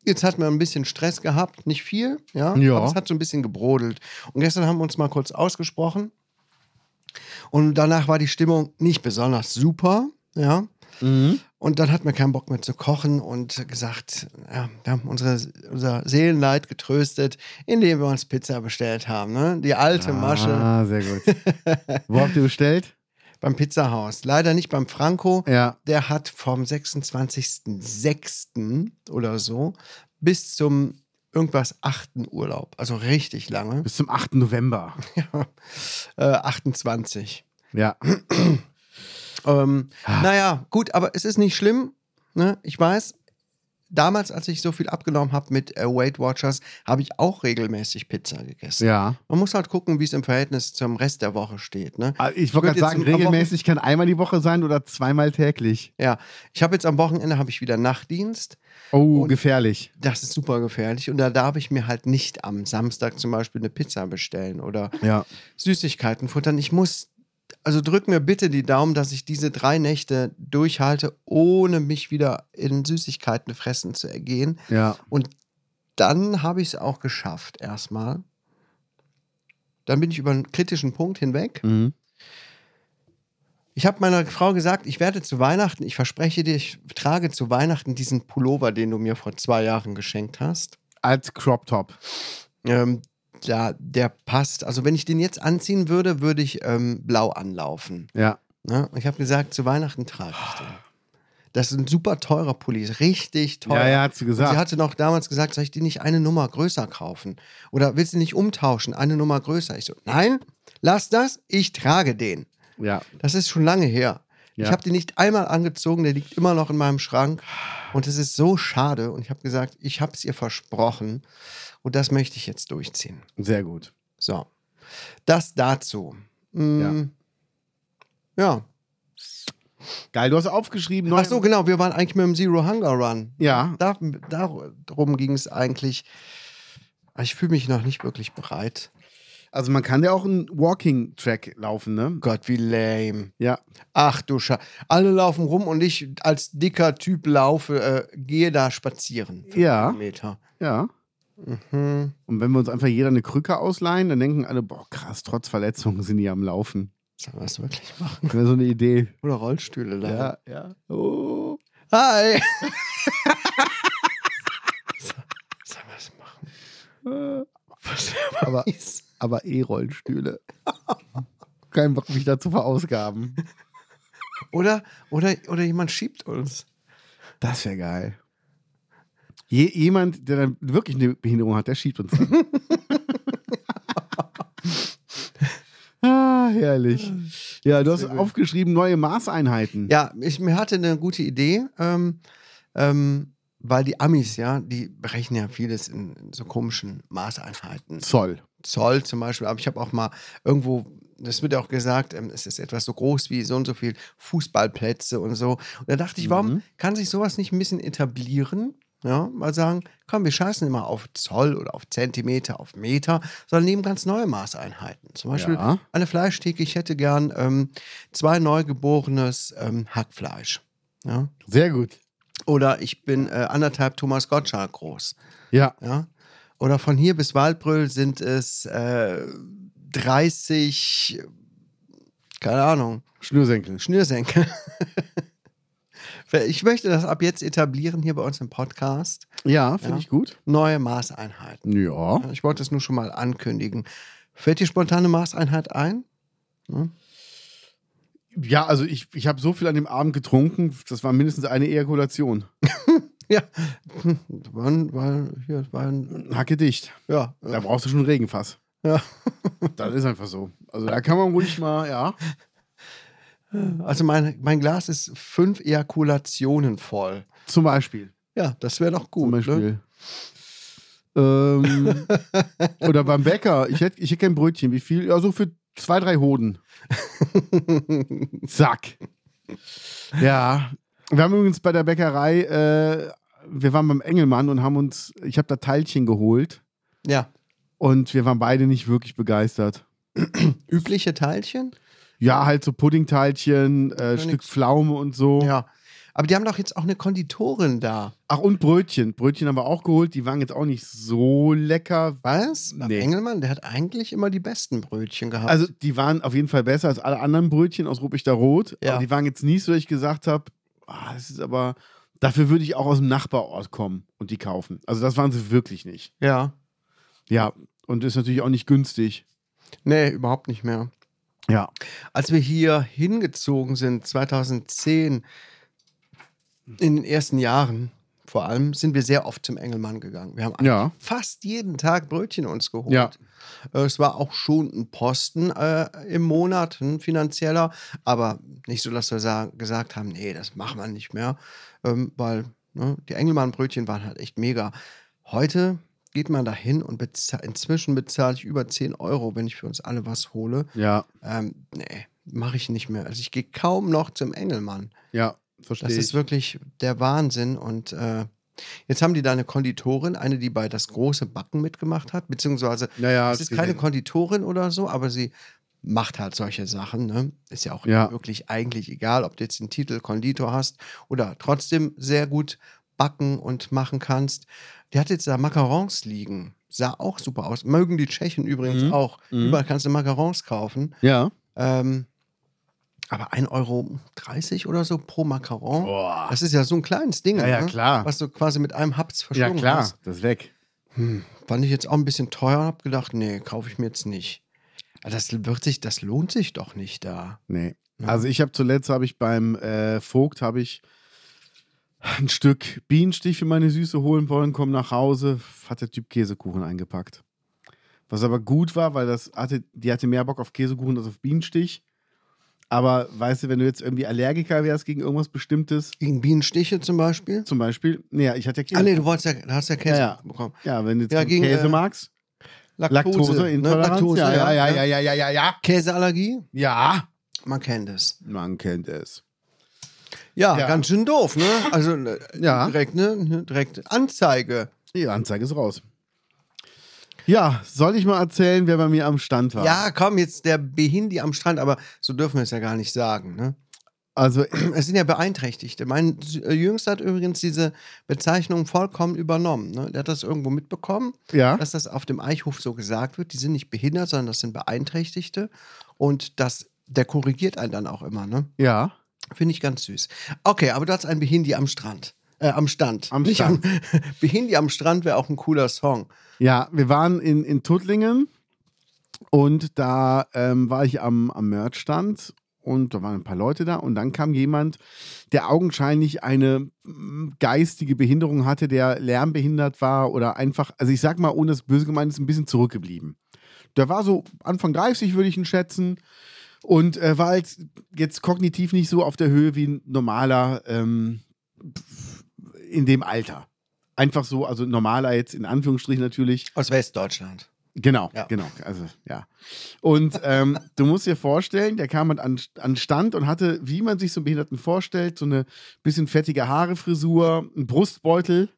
[SPEAKER 1] jetzt hat man ein bisschen Stress gehabt, nicht viel, ja,
[SPEAKER 2] Ja.
[SPEAKER 1] aber es hat so ein bisschen gebrodelt. Und gestern haben wir uns mal kurz ausgesprochen und danach war die Stimmung nicht besonders super, ja.
[SPEAKER 2] Mhm.
[SPEAKER 1] Und dann hatten wir keinen Bock mehr zu kochen und gesagt, ja, wir haben unsere, unser Seelenleid getröstet, indem wir uns Pizza bestellt haben. Ne? Die alte Masche
[SPEAKER 2] Ah, sehr gut. Wo habt ihr bestellt?
[SPEAKER 1] beim Pizzahaus. Leider nicht beim Franco.
[SPEAKER 2] Ja.
[SPEAKER 1] Der hat vom 26.06. oder so bis zum irgendwas 8. Urlaub. Also richtig lange.
[SPEAKER 2] Bis zum 8. November.
[SPEAKER 1] äh, 28.
[SPEAKER 2] Ja.
[SPEAKER 1] Ähm, naja, gut, aber es ist nicht schlimm. Ne? Ich weiß, damals, als ich so viel abgenommen habe mit äh, Weight Watchers, habe ich auch regelmäßig Pizza gegessen.
[SPEAKER 2] Ja.
[SPEAKER 1] Man muss halt gucken, wie es im Verhältnis zum Rest der Woche steht. Ne?
[SPEAKER 2] Ah, Ich
[SPEAKER 1] würd jetzt
[SPEAKER 2] wollte gerade sagen,
[SPEAKER 1] am Wochen-
[SPEAKER 2] regelmäßig kann einmal die Woche sein oder zweimal täglich.
[SPEAKER 1] Ja, ich habe jetzt am Wochenende habe ich wieder Nachtdienst.
[SPEAKER 2] Oh,
[SPEAKER 1] Und-
[SPEAKER 2] gefährlich.
[SPEAKER 1] Das ist super gefährlich und da darf ich mir halt nicht am Samstag zum Beispiel eine Pizza bestellen oder
[SPEAKER 2] Ja.
[SPEAKER 1] Süßigkeiten futtern. Ich muss, also drück mir bitte die Daumen, dass ich diese drei Nächte durchhalte, ohne mich wieder in Süßigkeiten fressen zu ergehen.
[SPEAKER 2] Ja.
[SPEAKER 1] Und dann habe ich es auch geschafft, erstmal. Dann bin ich über einen kritischen Punkt hinweg.
[SPEAKER 2] Mhm.
[SPEAKER 1] Ich habe meiner Frau gesagt, ich werde zu Weihnachten, ich verspreche dir, ich trage zu Weihnachten diesen Pullover, den du mir vor zwei Jahren geschenkt hast.
[SPEAKER 2] Als Crop Top.
[SPEAKER 1] Ähm, ja, der passt. Also wenn ich den jetzt anziehen würde, würde ich ähm, blau anlaufen.
[SPEAKER 2] Ja.
[SPEAKER 1] Ne? Und ich habe gesagt, zu Weihnachten trage ich den. Das ist ein super teurer Pulli, ist richtig teuer.
[SPEAKER 2] Ja, ja, hat sie
[SPEAKER 1] Und
[SPEAKER 2] gesagt.
[SPEAKER 1] sie hatte noch damals gesagt, soll ich die nicht eine Nummer größer kaufen? Oder willst du nicht umtauschen, eine Nummer größer? Ich so, nein, lass das, ich trage den.
[SPEAKER 2] ja.
[SPEAKER 1] Das ist schon lange her.
[SPEAKER 2] Ja.
[SPEAKER 1] Ich habe den nicht einmal angezogen, der liegt immer noch in meinem Schrank. Und es ist so schade. Und ich habe gesagt, ich habe es ihr versprochen. Und das möchte ich jetzt durchziehen.
[SPEAKER 2] Sehr gut.
[SPEAKER 1] So, das dazu. Mm, ja.
[SPEAKER 2] Geil, du hast aufgeschrieben.
[SPEAKER 1] Ach
[SPEAKER 2] neue-
[SPEAKER 1] so, genau, wir waren eigentlich mit dem Zero Hunger Run.
[SPEAKER 2] Ja.
[SPEAKER 1] Da, darum ging es eigentlich. Aber Ich fühle mich noch nicht wirklich bereit.
[SPEAKER 2] Also man kann ja auch einen Walking Track laufen, ne?
[SPEAKER 1] Gott, wie lame.
[SPEAKER 2] Ja.
[SPEAKER 1] Ach du Sche. Alle laufen rum und ich als dicker Typ laufe, äh, gehe da spazieren.
[SPEAKER 2] Ja.
[SPEAKER 1] Meter.
[SPEAKER 2] Ja.
[SPEAKER 1] Hm.
[SPEAKER 2] Und wenn wir uns einfach jeder eine Krücke ausleihen, dann denken alle, boah, krass, trotz Verletzungen sind die am Laufen.
[SPEAKER 1] Sollen wir das wirklich machen?
[SPEAKER 2] Das wäre so eine Idee.
[SPEAKER 1] Oder Rollstühle leider.
[SPEAKER 2] ja. Oh.
[SPEAKER 1] Hi. So- Sollen wir das machen? Was
[SPEAKER 2] Aber, aber E-Rollstühle. Kein Bock, mich da zu verausgaben.
[SPEAKER 1] Oder, oder, oder jemand schiebt uns.
[SPEAKER 2] Das wäre geil. Je, jemand, der dann wirklich eine Behinderung hat, der schiebt uns dann. ah, herrlich. Ja, du hast aufgeschrieben, neue Maßeinheiten.
[SPEAKER 1] Ja, ich mir hatte eine gute Idee, ähm, ähm, weil die Amis, ja, die berechnen ja vieles in, in so komischen Maßeinheiten.
[SPEAKER 2] Zoll.
[SPEAKER 1] Zoll zum Beispiel, aber ich habe auch mal irgendwo, das wird ja auch gesagt, ähm, es ist etwas so groß wie so und so viel Fußballplätze und so. Und da dachte ich, warum
[SPEAKER 2] Mhm.
[SPEAKER 1] kann sich sowas nicht ein bisschen etablieren? Ja, mal sagen, komm, wir scheißen immer auf Zoll oder auf Zentimeter, auf Meter, sondern nehmen ganz neue Maßeinheiten. Zum Beispiel
[SPEAKER 2] Ja.
[SPEAKER 1] eine Fleischtheke, ich hätte gern ähm, zwei neugeborenes ähm, Hackfleisch. Ja?
[SPEAKER 2] Sehr gut.
[SPEAKER 1] Oder ich bin äh, anderthalb Thomas Gottschalk groß.
[SPEAKER 2] Ja.
[SPEAKER 1] Ja? Oder von hier bis Waldbröl sind es äh, 30, keine Ahnung,
[SPEAKER 2] Schnürsenkel.
[SPEAKER 1] Schnürsenkel. ich möchte das ab jetzt etablieren hier bei uns im Podcast.
[SPEAKER 2] Ja, finde
[SPEAKER 1] Ja.
[SPEAKER 2] ich gut.
[SPEAKER 1] Neue Maßeinheiten.
[SPEAKER 2] Ja.
[SPEAKER 1] Ich wollte es nur schon mal ankündigen. Fällt dir spontane Maßeinheit ein?
[SPEAKER 2] Ja, also ich, ich habe so viel an dem Abend getrunken, das war mindestens eine Ejakulation.
[SPEAKER 1] Ja. Hm, Wann, weil, hier, wann,
[SPEAKER 2] Hacke dicht.
[SPEAKER 1] ja.
[SPEAKER 2] Da brauchst du schon ein Regenfass.
[SPEAKER 1] Ja.
[SPEAKER 2] Das ist einfach so. Also da kann man ruhig mal, ja.
[SPEAKER 1] Also mein, mein Glas ist fünf Ejakulationen voll.
[SPEAKER 2] Zum Beispiel.
[SPEAKER 1] Ja, das wäre doch
[SPEAKER 2] Zum
[SPEAKER 1] gut. Ne?
[SPEAKER 2] Beispiel. Ähm, oder beim Bäcker. Ich hätte ich hätt kein Brötchen. Wie viel? Ja, so für zwei, drei Hoden. Zack. Ja. Wir haben übrigens bei der Bäckerei, äh, wir waren beim Engelmann und haben uns, ich habe da Teilchen geholt
[SPEAKER 1] Ja.
[SPEAKER 2] und wir waren beide nicht wirklich begeistert.
[SPEAKER 1] Übliche Teilchen?
[SPEAKER 2] Ja, halt so Puddingteilchen, äh,
[SPEAKER 1] Ja,
[SPEAKER 2] Stück
[SPEAKER 1] nix.
[SPEAKER 2] Pflaume und so.
[SPEAKER 1] Ja. Aber die haben doch jetzt auch eine Konditorin da.
[SPEAKER 2] Ach, und Brötchen. Brötchen haben wir auch geholt. Die waren jetzt auch nicht so lecker.
[SPEAKER 1] Was? Beim
[SPEAKER 2] Nee.
[SPEAKER 1] Engelmann, der hat eigentlich immer die besten Brötchen gehabt.
[SPEAKER 2] Also, die waren auf jeden Fall besser als alle anderen Brötchen aus Ruppichter Rot.
[SPEAKER 1] Ja.
[SPEAKER 2] Aber die waren jetzt nicht so, dass ich gesagt habe, ah, das ist aber. Dafür würde ich auch aus dem Nachbarort kommen und die kaufen. Also, das waren sie wirklich nicht.
[SPEAKER 1] ja.
[SPEAKER 2] Ja. Und ist natürlich auch nicht günstig.
[SPEAKER 1] Nee, überhaupt nicht mehr.
[SPEAKER 2] Ja.
[SPEAKER 1] Als wir hier hingezogen sind, 2010, in den ersten Jahren vor allem, sind wir sehr oft zum Engelmann gegangen. Wir haben
[SPEAKER 2] Ja.
[SPEAKER 1] fast jeden Tag Brötchen uns geholt.
[SPEAKER 2] Ja.
[SPEAKER 1] Äh, Es war auch schon ein Posten äh, im Monat, ein finanzieller, aber nicht so, dass wir sa- gesagt haben, nee, das machen wir nicht mehr, ähm, weil ne, die Engelmann-Brötchen waren halt echt mega. Heute geht man da hin und beza inzwischen bezahle ich über 10 Euro, wenn ich für uns alle was hole.
[SPEAKER 2] Ja.
[SPEAKER 1] Ähm, nee, mache ich nicht mehr. Also ich gehe kaum noch zum Engelmann.
[SPEAKER 2] Ja.
[SPEAKER 1] Das
[SPEAKER 2] Verstehe.
[SPEAKER 1] ist wirklich der Wahnsinn. Und äh, jetzt haben die da eine Konditorin, eine, die bei das große Backen mitgemacht hat, beziehungsweise
[SPEAKER 2] naja,
[SPEAKER 1] es ist keine
[SPEAKER 2] gesehen.
[SPEAKER 1] Konditorin oder so, aber sie macht halt solche Sachen. Ne? Ist ja auch
[SPEAKER 2] Ja.
[SPEAKER 1] wirklich eigentlich egal, ob du jetzt den Titel Konditor hast oder trotzdem sehr gut backen und machen kannst. Die hat jetzt da Macarons liegen. Sah auch super aus. Mögen die Tschechen übrigens
[SPEAKER 2] Mhm.
[SPEAKER 1] auch.
[SPEAKER 2] Mhm.
[SPEAKER 1] Überall kannst du Macarons kaufen.
[SPEAKER 2] Ja.
[SPEAKER 1] Ähm, aber 1,30 Euro oder so pro Macaron.
[SPEAKER 2] Boah.
[SPEAKER 1] Das ist ja so ein kleines Ding,
[SPEAKER 2] Ja, ja,
[SPEAKER 1] ne?
[SPEAKER 2] klar.
[SPEAKER 1] was du quasi mit einem Haps
[SPEAKER 2] Ja,
[SPEAKER 1] verschlungen
[SPEAKER 2] klar,
[SPEAKER 1] hast.
[SPEAKER 2] das ist weg.
[SPEAKER 1] Fand ich jetzt auch ein bisschen teuer und hab gedacht, nee, kaufe ich mir jetzt nicht. Aber das wird sich, das lohnt sich doch nicht da.
[SPEAKER 2] Nee.
[SPEAKER 1] Ja.
[SPEAKER 2] Also ich habe zuletzt habe ich beim äh, Vogt habe ich ein Stück Bienenstich für meine Süße holen wollen, komm nach Hause, hat der Typ Käsekuchen eingepackt. Was aber gut war, weil das hatte, die hatte mehr Bock auf Käsekuchen als auf Bienenstich. Aber weißt du, wenn du jetzt irgendwie Allergiker wärst gegen irgendwas Bestimmtes,
[SPEAKER 1] Gegen Bienenstiche zum Beispiel.
[SPEAKER 2] zum Beispiel, naja, ich hatte ja Käse.
[SPEAKER 1] Ah nee, du wolltest ja, du hast ja Käse
[SPEAKER 2] Ja, ja.
[SPEAKER 1] bekommen.
[SPEAKER 2] Ja, wenn du jetzt
[SPEAKER 1] Ja,
[SPEAKER 2] keinen
[SPEAKER 1] gegen,
[SPEAKER 2] Käse
[SPEAKER 1] äh,
[SPEAKER 2] magst,
[SPEAKER 1] Laktose,
[SPEAKER 2] Laktoseintoleranz.
[SPEAKER 1] ne? Laktose
[SPEAKER 2] ja, ja, ja,
[SPEAKER 1] ne?
[SPEAKER 2] ja, ja, ja, ja, ja.
[SPEAKER 1] Käseallergie,
[SPEAKER 2] Ja,
[SPEAKER 1] man kennt es.
[SPEAKER 2] man kennt es.
[SPEAKER 1] Ja,
[SPEAKER 2] Ja.
[SPEAKER 1] ganz schön doof, ne? Also äh,
[SPEAKER 2] Ja.
[SPEAKER 1] direkt, ne? ne, Direkt Anzeige.
[SPEAKER 2] Die Anzeige ist raus. Ja, soll ich mal erzählen, wer bei mir am Stand war?
[SPEAKER 1] Ja, komm, jetzt der Behindi am Strand, aber so dürfen wir es ja gar nicht sagen, ne?
[SPEAKER 2] Also,
[SPEAKER 1] Es sind ja Beeinträchtigte. Mein Sü- äh, Jüngster hat übrigens diese Bezeichnung vollkommen übernommen. Ne? Der hat das irgendwo mitbekommen,
[SPEAKER 2] ja.
[SPEAKER 1] dass das auf dem Eichhof so gesagt wird. Die sind nicht behindert, sondern das sind Beeinträchtigte. Und das, der korrigiert einen dann auch immer. Ne?
[SPEAKER 2] Ja.
[SPEAKER 1] Finde ich ganz süß. Okay, aber du hast ein Behindi am Strand. Äh, am Stand.
[SPEAKER 2] Am
[SPEAKER 1] Nicht
[SPEAKER 2] Stand.
[SPEAKER 1] Am, Behindi am Strand wäre auch ein cooler Song.
[SPEAKER 2] Ja, wir waren in, in Tuttlingen und da ähm, war ich am, am Merch-Stand und da waren ein paar Leute da und dann kam jemand, der augenscheinlich eine mm, geistige Behinderung hatte, der lärmbehindert war oder einfach, also ich sag mal, ohne das böse gemeint ist, ein bisschen zurückgeblieben. Der war so Anfang 30, würde ich ihn schätzen. Und äh, war halt jetzt kognitiv nicht so auf der Höhe wie ein normaler ähm, pf- in dem Alter. Einfach so, also normaler jetzt in Anführungsstrichen natürlich.
[SPEAKER 1] Aus Westdeutschland.
[SPEAKER 2] Genau,
[SPEAKER 1] Ja.
[SPEAKER 2] genau. Also, ja. Und ähm, du musst dir vorstellen, der kam halt an, an Stand und hatte, wie man sich so einen Behinderten vorstellt, so eine bisschen fettige Haarefrisur, einen Brustbeutel,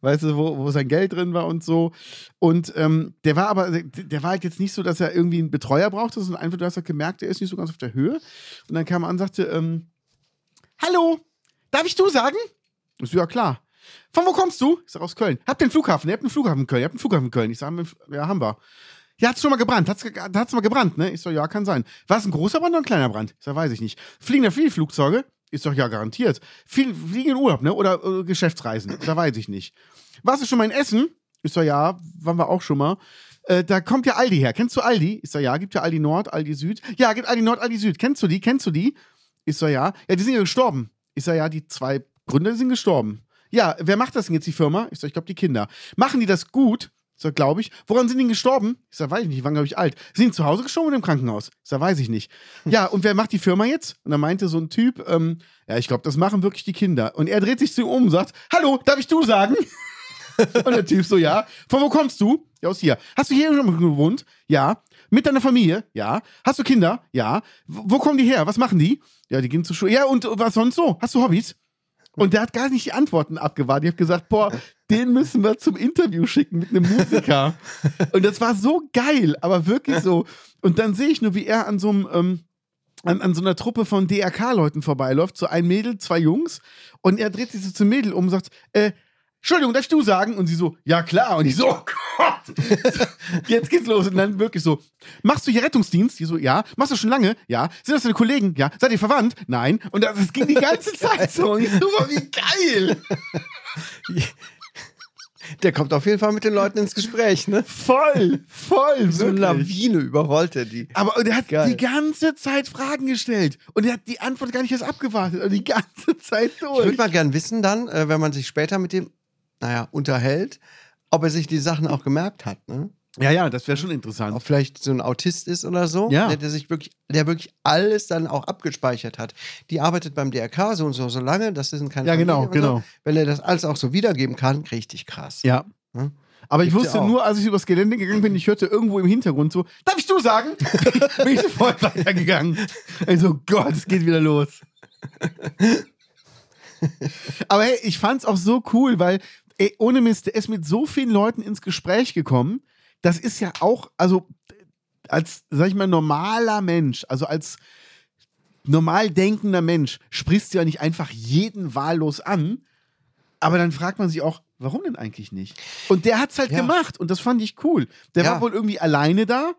[SPEAKER 2] weißt du, wo, wo sein Geld drin war und so. Und ähm, der war aber, der war halt jetzt nicht so, dass er irgendwie einen Betreuer brauchte, sondern einfach, du hast halt gemerkt, er ist nicht so ganz auf der Höhe. Und dann kam er an und sagte, ähm, Hallo, darf ich du sagen? Ich so, ja klar. Von wo kommst du? Ich sag, aus Köln. Habt ihr einen Flughafen? Ihr habt einen Flughafen in Köln. Ihr habt einen Flughafen in Köln. Ich sag, haben wir einen Fl- ja, haben wir. Ja, hat's schon mal gebrannt. Hat's, ge- hat's mal gebrannt, ne? Ich so, ja, kann sein. War es ein großer Brand oder ein kleiner Brand? Ich sag, weiß ich nicht. Fliegen da viele Flugzeuge? Ist doch ja garantiert. Viel, fliegen in Urlaub, ne? Oder äh, Geschäftsreisen? Da weiß ich nicht. Warst du schon mal in Essen? Ich so, ja, waren wir auch schon mal. Äh, da kommt ja Aldi her. Kennst du Aldi? Ich so, ja, gibt ja Aldi Nord, Aldi Süd. Ja, gibt Aldi Nord, Aldi Süd. Kennst du die? Kennst du die? Ich so, ja. Ja, die sind ja gestorben. Ich so, ja, die zwei Gründer sind gestorben. Ja, wer macht das denn jetzt, die Firma? Ich so, ich glaube, die Kinder. Machen die das gut? Ich so, glaube ich. Woran sind die gestorben? Ich so, weiß ich nicht. Die waren, glaube ich, alt. Sind die zu Hause gestorben oder im Krankenhaus? Ich so, weiß ich nicht. Ja, und wer macht die Firma jetzt? Und dann meinte so ein Typ, ähm, ja, ich glaube, das machen wirklich die Kinder. Und er dreht sich zu ihm um und sagt, hallo, darf ich du sagen? Und der Typ so, ja. Von wo kommst du? Ja, aus hier. Hast du hier schon mal gewohnt? Ja. Mit deiner Familie? Ja. Hast du Kinder? Ja. Wo wo kommen die her? Was machen die? Ja, die gehen zur Schule. Ja, und was sonst so? Hast du Hobbys? Und der hat gar nicht die Antworten abgewartet. Ich habe gesagt, boah, den müssen wir zum Interview schicken mit einem Musiker. Und das war so geil, aber wirklich so. Und dann sehe ich nur, wie er an so einem, ähm, an, an so einer Truppe von DRK-Leuten vorbeiläuft, so ein Mädel, zwei Jungs. Und er dreht sich so zum Mädel um und sagt, äh, Entschuldigung, darfst du sagen? Und sie so, ja klar. Und ich so, oh Gott, jetzt geht's los. Und dann wirklich so, machst du hier Rettungsdienst? Die so, ja. Machst du schon lange? Ja. Sind das deine Kollegen? Ja. Seid ihr verwandt? Nein. Und das, das ging die ganze Zeit so. Und ich so, boah, wie geil.
[SPEAKER 1] Der kommt auf jeden Fall mit den Leuten ins Gespräch. Ne?
[SPEAKER 2] Voll, voll,
[SPEAKER 1] So eine
[SPEAKER 2] wirklich.
[SPEAKER 1] Lawine überrollt er die.
[SPEAKER 2] Aber und er hat
[SPEAKER 1] Geil.
[SPEAKER 2] die ganze Zeit Fragen gestellt. Und er hat die Antwort gar nicht erst abgewartet. Und die ganze Zeit
[SPEAKER 1] Ich würde
[SPEAKER 2] durch.
[SPEAKER 1] mal gern wissen dann, äh, wenn man sich später mit dem, naja, unterhält, ob er sich die Sachen auch gemerkt hat, ne?
[SPEAKER 2] Ja, ja, das wäre schon interessant.
[SPEAKER 1] Ob vielleicht so ein Autist ist oder so,
[SPEAKER 2] Ja.
[SPEAKER 1] der, der sich wirklich, der wirklich alles dann auch abgespeichert hat. Die arbeitet beim DRK so und so, so lange, das sind keine
[SPEAKER 2] Ja, genau,
[SPEAKER 1] Familie und
[SPEAKER 2] genau.
[SPEAKER 1] So. Wenn er das alles auch so wiedergeben kann, richtig krass.
[SPEAKER 2] Ja.
[SPEAKER 1] Hm?
[SPEAKER 2] Aber ich
[SPEAKER 1] Gibt's
[SPEAKER 2] wusste
[SPEAKER 1] ja auch.
[SPEAKER 2] nur, als ich übers Gelände gegangen bin, ich hörte irgendwo im Hintergrund so, darf ich du sagen? bin ich sofort weitergegangen. Also Gott, es geht wieder los. Aber hey, ich fand's auch so cool, weil ey, ohne Mist, der ist mit so vielen Leuten ins Gespräch gekommen. Das ist ja auch, also als, sag ich mal, normaler Mensch, also als normal denkender Mensch, sprichst du ja nicht einfach jeden wahllos an, aber dann fragt man sich auch, warum denn eigentlich nicht? Und der hat's halt
[SPEAKER 1] Ja.
[SPEAKER 2] gemacht und das fand ich cool. Der
[SPEAKER 1] Ja.
[SPEAKER 2] war wohl irgendwie alleine da,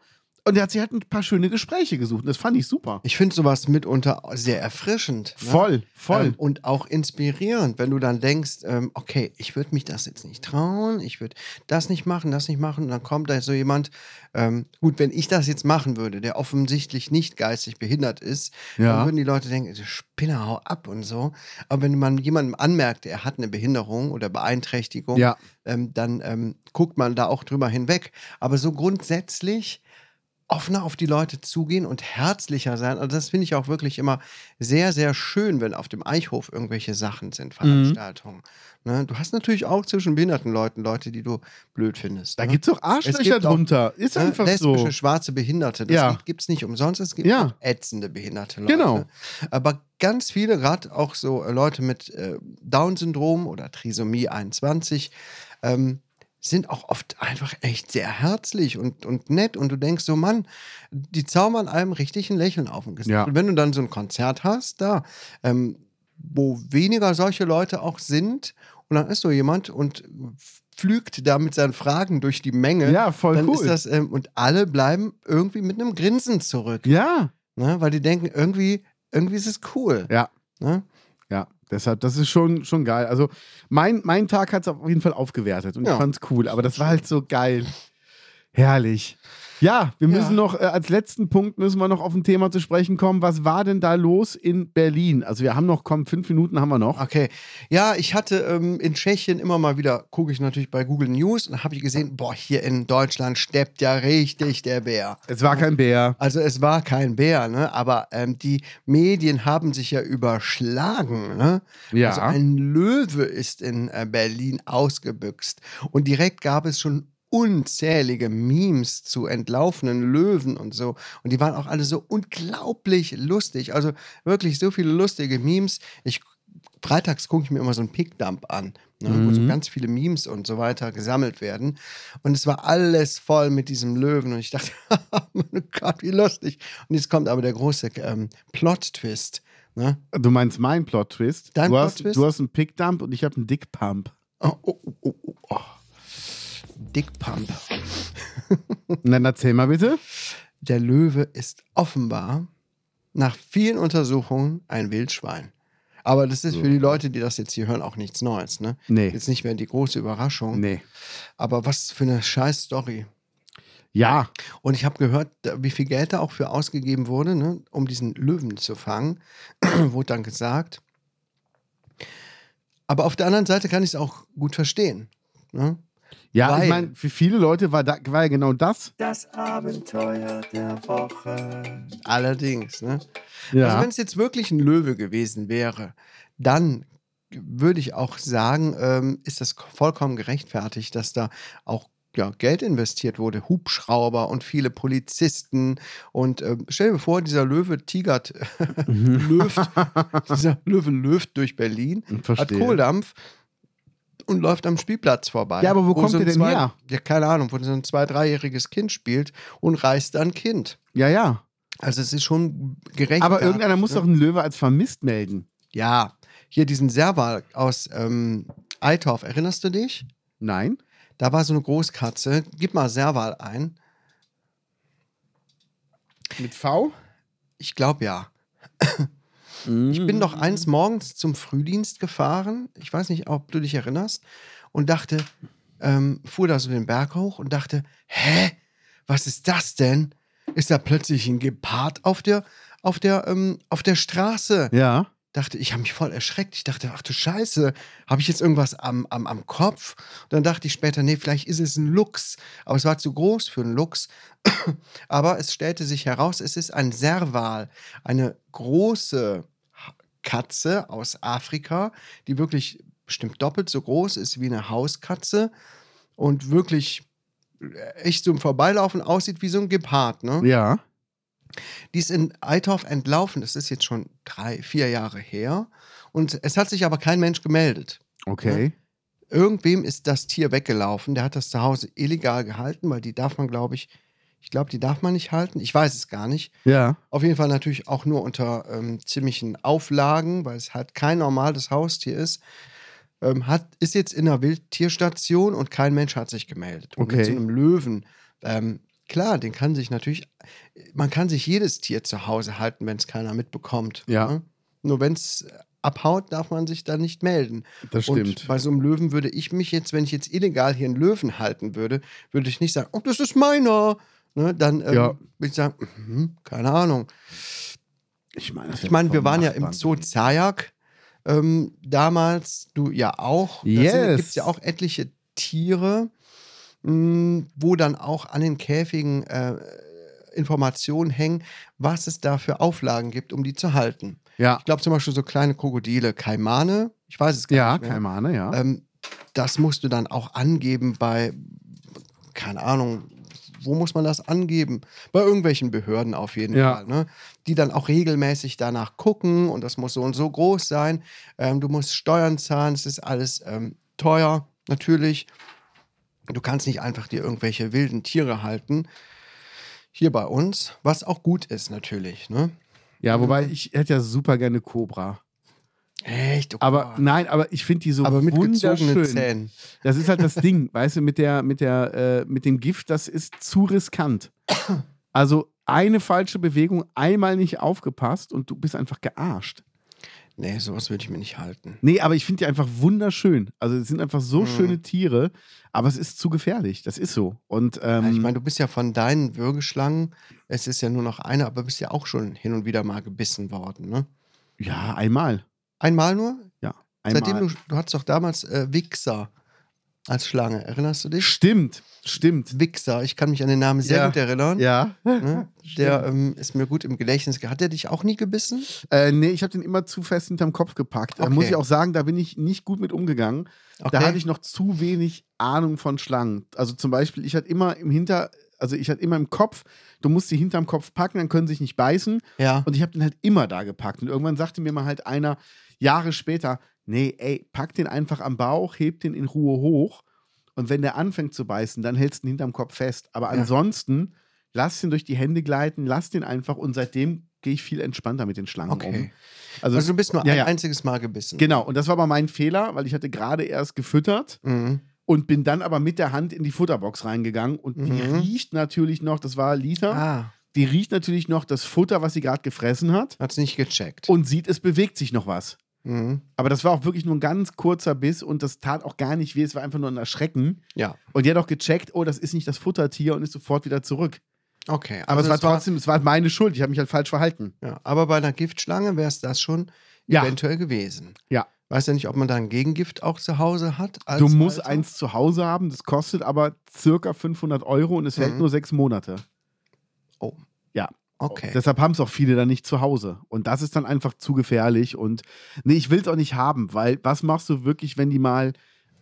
[SPEAKER 2] Und er hat sich halt ein paar schöne Gespräche gesucht. Und das fand ich super.
[SPEAKER 1] Ich finde sowas mitunter sehr erfrischend. ne?
[SPEAKER 2] Voll, voll.
[SPEAKER 1] Ähm, und auch inspirierend, wenn du dann denkst, ähm, okay, ich würde mich das jetzt nicht trauen, ich würde das nicht machen, das nicht machen. Und dann kommt da so jemand, ähm, gut, wenn ich das jetzt machen würde, der offensichtlich nicht geistig behindert ist,
[SPEAKER 2] Ja.
[SPEAKER 1] dann würden die Leute denken, "Du Spinner, hau ab und so. Aber wenn man jemandem anmerkt, er hat eine Behinderung oder Beeinträchtigung,
[SPEAKER 2] Ja.
[SPEAKER 1] ähm, dann ähm, guckt man da auch drüber hinweg. Aber so grundsätzlich offener auf die Leute zugehen und herzlicher sein. Also das finde ich auch wirklich immer sehr, sehr schön, wenn auf dem Eichhof irgendwelche Sachen
[SPEAKER 2] Mhm.
[SPEAKER 1] sind, Veranstaltungen. Ne? Du hast natürlich auch zwischen behinderten Leuten Leute, die du blöd findest.
[SPEAKER 2] da
[SPEAKER 1] ne?
[SPEAKER 2] gibt's doch Arschlöcher
[SPEAKER 1] gibt auch,
[SPEAKER 2] drunter. Ist
[SPEAKER 1] Ne?
[SPEAKER 2] einfach
[SPEAKER 1] lesbische,
[SPEAKER 2] so.
[SPEAKER 1] schwarze Behinderte. Das
[SPEAKER 2] Ja.
[SPEAKER 1] Lied gibt es nicht umsonst. Es gibt
[SPEAKER 2] Ja.
[SPEAKER 1] auch ätzende behinderte Leute.
[SPEAKER 2] Genau.
[SPEAKER 1] Aber ganz viele, gerade auch so äh, Leute mit äh, Down-Syndrom oder Trisomie 21, ähm, sind auch oft einfach echt sehr herzlich und, und nett. Und du denkst so, Mann, die zaubern einem richtig ein Lächeln auf dem Gesicht.
[SPEAKER 2] Ja.
[SPEAKER 1] Und wenn du dann so ein Konzert hast, da, ähm, wo weniger solche Leute auch sind, und dann ist so jemand und pflügt da mit seinen Fragen durch die Menge,
[SPEAKER 2] Ja, voll
[SPEAKER 1] dann
[SPEAKER 2] cool.
[SPEAKER 1] ist das, ähm, und alle bleiben irgendwie mit einem Grinsen zurück,
[SPEAKER 2] ja.
[SPEAKER 1] ne? weil die denken, irgendwie, irgendwie ist es cool.
[SPEAKER 2] Ja.
[SPEAKER 1] Ne?
[SPEAKER 2] Ja, deshalb, das ist schon, schon geil. Also, mein, mein Tag hat es auf jeden Fall aufgewertet und
[SPEAKER 1] Ja.
[SPEAKER 2] ich fand's cool, aber das war halt so geil. Herrlich. Ja, wir
[SPEAKER 1] Ja.
[SPEAKER 2] müssen noch, äh, als letzten Punkt müssen wir noch auf ein Thema zu sprechen kommen. Was war denn da los in Berlin? Also, wir haben noch, komm, fünf Minuten haben wir noch.
[SPEAKER 1] Okay. Ja, ich hatte ähm, in Tschechien immer mal wieder, gucke ich natürlich bei Google News und habe ich gesehen, boah, hier in Deutschland steppt ja richtig der Bär.
[SPEAKER 2] Es war kein Bär.
[SPEAKER 1] Also es war kein Bär, ne? aber ähm, die Medien haben sich ja überschlagen. Ne?
[SPEAKER 2] Ja.
[SPEAKER 1] Also ein Löwe ist in äh, Berlin ausgebüxt. Und direkt gab es schon unzählige Memes zu entlaufenen Löwen und so. Und die waren auch alle so unglaublich lustig. Also wirklich so viele lustige Memes. Ich Freitags gucke ich mir immer so einen Pickdump an, ne, wo
[SPEAKER 2] Mhm.
[SPEAKER 1] so ganz viele Memes und so weiter gesammelt werden. Und es war alles voll mit diesem Löwen. Und ich dachte, oh mein Gott, wie lustig. Und jetzt kommt aber der große ähm, Plot-Twist. Ne?
[SPEAKER 2] Du meinst mein Plot-Twist?
[SPEAKER 1] Dein
[SPEAKER 2] du, hast-
[SPEAKER 1] Plot-Twist?
[SPEAKER 2] du hast einen Pickdump und ich habe einen Dickpump.
[SPEAKER 1] Oh, oh, oh, oh, oh, oh. Dickpump.
[SPEAKER 2] Dann erzähl mal bitte.
[SPEAKER 1] Der Löwe ist offenbar nach vielen Untersuchungen ein Wildschwein. Aber das ist für die Leute, die das jetzt hier hören, auch nichts Neues. Ne?
[SPEAKER 2] Nee.
[SPEAKER 1] Jetzt nicht mehr die große Überraschung.
[SPEAKER 2] Nee.
[SPEAKER 1] Aber was für eine scheiß Story.
[SPEAKER 2] Ja,
[SPEAKER 1] Und ich habe gehört, da- wie viel Geld da auch für ausgegeben wurde, ne, um diesen Löwen zu fangen, wurde dann gesagt. Aber auf der anderen Seite kann ich es auch gut verstehen. Ne?
[SPEAKER 2] ja, ich
[SPEAKER 1] Weil-
[SPEAKER 2] meine, für viele Leute war, da, war ja genau das.
[SPEAKER 4] Das Abenteuer der Woche.
[SPEAKER 1] Allerdings. Ne?
[SPEAKER 2] Ja.
[SPEAKER 1] Also wenn es jetzt wirklich ein Löwe gewesen wäre, dann würde ich auch sagen, ähm, ist das vollkommen gerechtfertigt, dass da auch ja, Geld investiert wurde, Hubschrauber und viele Polizisten. Und ähm, stell dir vor, dieser Löwe tigert,
[SPEAKER 2] Mhm.
[SPEAKER 1] löft, dieser Löwe löft durch Berlin,
[SPEAKER 2] Verstehe.
[SPEAKER 1] hat Kohldampf und läuft am Spielplatz vorbei.
[SPEAKER 2] Ja, aber wo kommt
[SPEAKER 1] so ein
[SPEAKER 2] der denn
[SPEAKER 1] zwei,
[SPEAKER 2] her?
[SPEAKER 1] Ja, keine Ahnung, wo so ein zwei-, dreijähriges Kind spielt und reißt dann Kind.
[SPEAKER 2] ja, ja.
[SPEAKER 1] Also es ist schon gerechtfertigt.
[SPEAKER 2] Aber irgendeiner muss
[SPEAKER 1] ne?
[SPEAKER 2] doch einen Löwe als vermisst melden.
[SPEAKER 1] Ja, hier diesen Serval aus ähm, Eitorf, erinnerst du dich?
[SPEAKER 2] Nein?
[SPEAKER 1] Da war so eine Großkatze. Gib mal Serval ein.
[SPEAKER 2] Mit V?
[SPEAKER 1] Ich glaube ja.
[SPEAKER 2] Mhm.
[SPEAKER 1] Ich bin doch eins morgens zum Frühdienst gefahren. Ich weiß nicht, ob du dich erinnerst. Und dachte, ähm, fuhr da so den Berg hoch und dachte, hä? Was ist das denn? Ist da plötzlich ein Gepard auf der, auf der, ähm, auf der Straße?
[SPEAKER 2] Ja.
[SPEAKER 1] dachte, ich habe mich voll erschreckt. Ich dachte, ach du Scheiße, habe ich jetzt irgendwas am, am, am Kopf? Und dann dachte ich später, nee, vielleicht ist es ein Luchs. Aber es war zu groß für einen Luchs. Aber es stellte sich heraus, es ist ein Serval, eine große Katze aus Afrika, die wirklich bestimmt doppelt so groß ist wie eine Hauskatze und wirklich echt so im Vorbeilaufen aussieht wie so ein Gepard. Ne?
[SPEAKER 2] Ja.
[SPEAKER 1] Die ist in Eitorf entlaufen. Das ist jetzt schon drei, vier Jahre her. Und es hat sich aber kein Mensch gemeldet.
[SPEAKER 2] Okay.
[SPEAKER 1] Irgendwem ist das Tier weggelaufen. Der hat das zu Hause illegal gehalten, weil die darf man, glaube ich, ich glaube, die darf man nicht halten. Ich weiß es gar nicht.
[SPEAKER 2] Ja.
[SPEAKER 1] Auf jeden Fall natürlich auch nur unter ähm, ziemlichen Auflagen, weil es halt kein normales Haustier ist. Ähm, hat, ist jetzt in einer Wildtierstation und kein Mensch hat sich gemeldet. Und
[SPEAKER 2] Okay.
[SPEAKER 1] mit so einem Löwen ähm, Klar, den kann sich natürlich, man kann sich jedes Tier zu Hause halten, wenn es keiner mitbekommt.
[SPEAKER 2] Ja.
[SPEAKER 1] ne? Nur wenn es abhaut, darf man sich dann nicht melden.
[SPEAKER 2] Das
[SPEAKER 1] Und bei so einem Löwen würde ich mich jetzt, wenn ich jetzt illegal hier einen Löwen halten würde, würde ich nicht sagen, oh, das ist meiner. Ne, dann ähm,
[SPEAKER 2] Ja.
[SPEAKER 1] würde ich sagen, mhm, keine Ahnung.
[SPEAKER 2] ich meine, das
[SPEAKER 1] Ich meine, wir
[SPEAKER 2] vom
[SPEAKER 1] waren ja
[SPEAKER 2] Nachbarn.
[SPEAKER 1] im Zoo Zayak ähm, damals, du ja auch. Da
[SPEAKER 2] Yes.
[SPEAKER 1] gibt es ja auch etliche Tiere, mh, wo dann auch an den Käfigen äh, Informationen hängen, was es da für Auflagen gibt, um die zu halten.
[SPEAKER 2] Ja,
[SPEAKER 1] Ich glaube zum Beispiel so kleine Krokodile, Kaimane, ich weiß es gar
[SPEAKER 2] ja,
[SPEAKER 1] nicht mehr.
[SPEAKER 2] Kaimane, ja.
[SPEAKER 1] Ähm, das musst du dann auch angeben bei, keine Ahnung, wo muss man das angeben? Bei irgendwelchen Behörden auf jeden
[SPEAKER 2] Ja.
[SPEAKER 1] Fall, ne? die dann auch regelmäßig danach gucken und das muss so und so groß sein. Ähm, du musst Steuern zahlen, es ist alles ähm, teuer, natürlich. Du kannst nicht einfach dir irgendwelche wilden Tiere halten. Hier bei uns, was auch gut ist natürlich. Ne?
[SPEAKER 2] ja, wobei ich hätte ja super gerne Cobra.
[SPEAKER 1] Echt? Oh
[SPEAKER 2] Aber
[SPEAKER 1] Gott.
[SPEAKER 2] nein, aber ich finde die so
[SPEAKER 1] aber mit gezogenen
[SPEAKER 2] wunderschön.
[SPEAKER 1] Zähnen.
[SPEAKER 2] Das ist halt das Ding, weißt du, mit der, mit der, äh, mit dem Gift, das ist zu riskant. Also eine falsche Bewegung, einmal nicht aufgepasst und du bist einfach gearscht.
[SPEAKER 1] Nee, sowas würde ich mir nicht halten.
[SPEAKER 2] Nee, aber ich finde die einfach wunderschön. Also es sind einfach so
[SPEAKER 1] Mhm.
[SPEAKER 2] schöne Tiere, aber es ist zu gefährlich. Das ist so. Und ähm,
[SPEAKER 1] Ja, ich meine, du bist ja von deinen Würgeschlangen, es ist ja nur noch eine, aber bist ja auch schon hin und wieder mal gebissen worden, ne?
[SPEAKER 2] ja, einmal.
[SPEAKER 1] Einmal nur?
[SPEAKER 2] einmal.
[SPEAKER 1] Seitdem du, du hattest doch damals äh, Wichser als Schlange, erinnerst du dich?
[SPEAKER 2] Stimmt, stimmt.
[SPEAKER 1] Wichser, ich kann mich an den Namen sehr
[SPEAKER 2] Ja.
[SPEAKER 1] gut erinnern.
[SPEAKER 2] Ja.
[SPEAKER 1] Ne? Der ähm, ist mir gut im Gedächtnis. ge- Hat der dich auch nie gebissen?
[SPEAKER 2] Äh, nee, ich habe den immer zu fest hinterm Kopf gepackt. Da
[SPEAKER 1] Okay.
[SPEAKER 2] muss ich auch sagen, da bin ich nicht gut mit umgegangen. Da hatte ich noch zu wenig Ahnung von Schlangen. Also zum Beispiel, ich hatte immer im Hinter, also ich hatte immer im Kopf, du musst die hinterm Kopf packen, dann können sie sich nicht beißen.
[SPEAKER 1] ja.
[SPEAKER 2] Und ich habe den halt immer da gepackt. Und irgendwann sagte mir mal halt einer Jahre später, nee, ey, pack den einfach am Bauch, heb den in Ruhe hoch. Und wenn der anfängt zu beißen, dann hältst du ihn hinterm Kopf fest. Aber
[SPEAKER 1] Ja.
[SPEAKER 2] ansonsten, lass den durch die Hände gleiten, lass den einfach. Und seitdem gehe ich viel entspannter mit den Schlangen um.
[SPEAKER 1] Okay.
[SPEAKER 2] Also,
[SPEAKER 1] Also du bist nur
[SPEAKER 2] Ja,
[SPEAKER 1] ein
[SPEAKER 2] ja.
[SPEAKER 1] einziges Mal gebissen.
[SPEAKER 2] genau. Und das war aber mein Fehler, weil ich hatte gerade erst gefüttert
[SPEAKER 1] Mhm.
[SPEAKER 2] und bin dann aber mit der Hand in die Futterbox reingegangen. Und die
[SPEAKER 1] Mhm.
[SPEAKER 2] riecht natürlich noch, das war Liter,
[SPEAKER 1] Ah,
[SPEAKER 2] die riecht natürlich noch das Futter, was sie gerade gefressen hat.
[SPEAKER 1] hat's nicht gecheckt.
[SPEAKER 2] Und sieht, es bewegt sich noch was.
[SPEAKER 1] Mhm.
[SPEAKER 2] Aber das war auch wirklich nur ein ganz kurzer Biss und das tat auch gar nicht weh. Es war einfach nur ein Erschrecken.
[SPEAKER 1] Ja,
[SPEAKER 2] Und die hat auch gecheckt, oh, das ist nicht das Futtertier und ist sofort wieder zurück.
[SPEAKER 1] okay.
[SPEAKER 2] Aber
[SPEAKER 1] Also
[SPEAKER 2] es war trotzdem, es war meine Schuld. Ich habe mich halt falsch verhalten.
[SPEAKER 1] Ja, aber bei einer Giftschlange wäre es das schon
[SPEAKER 2] Ja.
[SPEAKER 1] eventuell gewesen.
[SPEAKER 2] Ja.
[SPEAKER 1] Weiß ja nicht, ob man da ein Gegengift auch zu Hause hat. als
[SPEAKER 2] Du musst
[SPEAKER 1] Halter.
[SPEAKER 2] eins zu Hause haben, das kostet aber circa 500 Euro und es hält
[SPEAKER 1] Mhm.
[SPEAKER 2] nur sechs Monate.
[SPEAKER 1] Okay.
[SPEAKER 2] Deshalb haben es auch viele dann nicht zu Hause. Und das ist dann einfach zu gefährlich. Und nee, ich will es auch nicht haben, weil was machst du wirklich, wenn die mal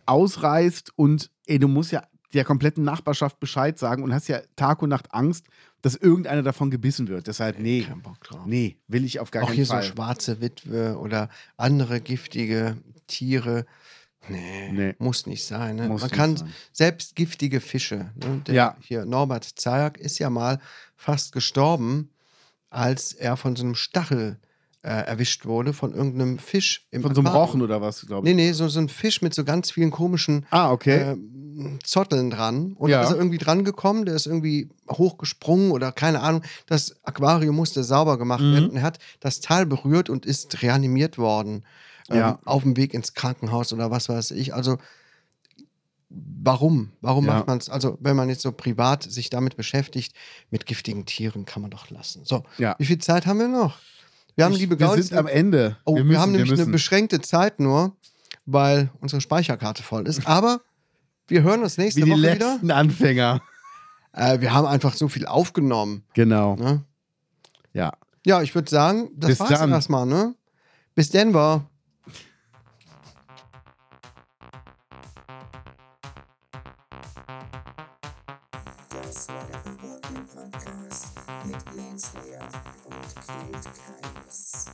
[SPEAKER 2] ausreißt und ey, du musst ja der kompletten Nachbarschaft Bescheid sagen und hast ja Tag und Nacht Angst, dass irgendeiner davon gebissen wird. Deshalb, nee,
[SPEAKER 1] Kein Bock drauf.
[SPEAKER 2] nee, will ich auf gar
[SPEAKER 1] auch
[SPEAKER 2] keinen
[SPEAKER 1] hier
[SPEAKER 2] Fall.
[SPEAKER 1] so schwarze Witwe oder andere giftige Tiere. Nee,
[SPEAKER 2] Nee.
[SPEAKER 1] muss nicht sein. Ne?
[SPEAKER 2] Muss
[SPEAKER 1] man
[SPEAKER 2] nicht
[SPEAKER 1] kann
[SPEAKER 2] sein.
[SPEAKER 1] selbst giftige Fische. Ne? Der
[SPEAKER 2] Ja.
[SPEAKER 1] Hier Norbert Zayak ist ja mal fast gestorben, als er von so einem Stachel äh, erwischt wurde, von irgendeinem Fisch im
[SPEAKER 2] Von so einem
[SPEAKER 1] Aquarium.
[SPEAKER 2] Rochen oder was, glaube ich.
[SPEAKER 1] Nee, nee, so, so ein Fisch mit so ganz vielen komischen
[SPEAKER 2] Ah, okay.
[SPEAKER 1] ähm, Zotteln dran. Und
[SPEAKER 2] Ja.
[SPEAKER 1] da ist er irgendwie dran gekommen, der ist irgendwie hochgesprungen oder keine Ahnung. Das Aquarium musste sauber gemacht
[SPEAKER 2] Mhm.
[SPEAKER 1] werden. Und er hat das Tal berührt und ist reanimiert worden. Ähm,
[SPEAKER 2] Ja.
[SPEAKER 1] Auf dem Weg ins Krankenhaus oder was weiß ich. Also, warum? Warum
[SPEAKER 2] Ja.
[SPEAKER 1] macht man es? Also, wenn man jetzt so privat sich damit beschäftigt, mit giftigen Tieren kann man doch lassen. So,
[SPEAKER 2] Ja.
[SPEAKER 1] wie viel Zeit haben wir noch? Wir haben,
[SPEAKER 2] ich,
[SPEAKER 1] liebe
[SPEAKER 2] wir
[SPEAKER 1] Gaudis,
[SPEAKER 2] sind am Ende.
[SPEAKER 1] Oh, wir,
[SPEAKER 2] müssen,
[SPEAKER 1] haben nämlich eine
[SPEAKER 2] müssen.
[SPEAKER 1] beschränkte Zeit nur, weil unsere Speicherkarte voll ist. Aber wir hören uns nächste
[SPEAKER 2] Wie die
[SPEAKER 1] Woche
[SPEAKER 2] letzten Anfänger.
[SPEAKER 1] wieder. Äh, wir haben einfach so viel aufgenommen.
[SPEAKER 2] Genau.
[SPEAKER 1] Ne?
[SPEAKER 2] Ja.
[SPEAKER 1] Ja, ich würde sagen, das
[SPEAKER 2] Bis
[SPEAKER 1] war's
[SPEAKER 2] dann.
[SPEAKER 1] erstmal. Ne? Bis Denver.
[SPEAKER 5] Das war der Geburten Podcast mit Lance Lehr und Kate Keines.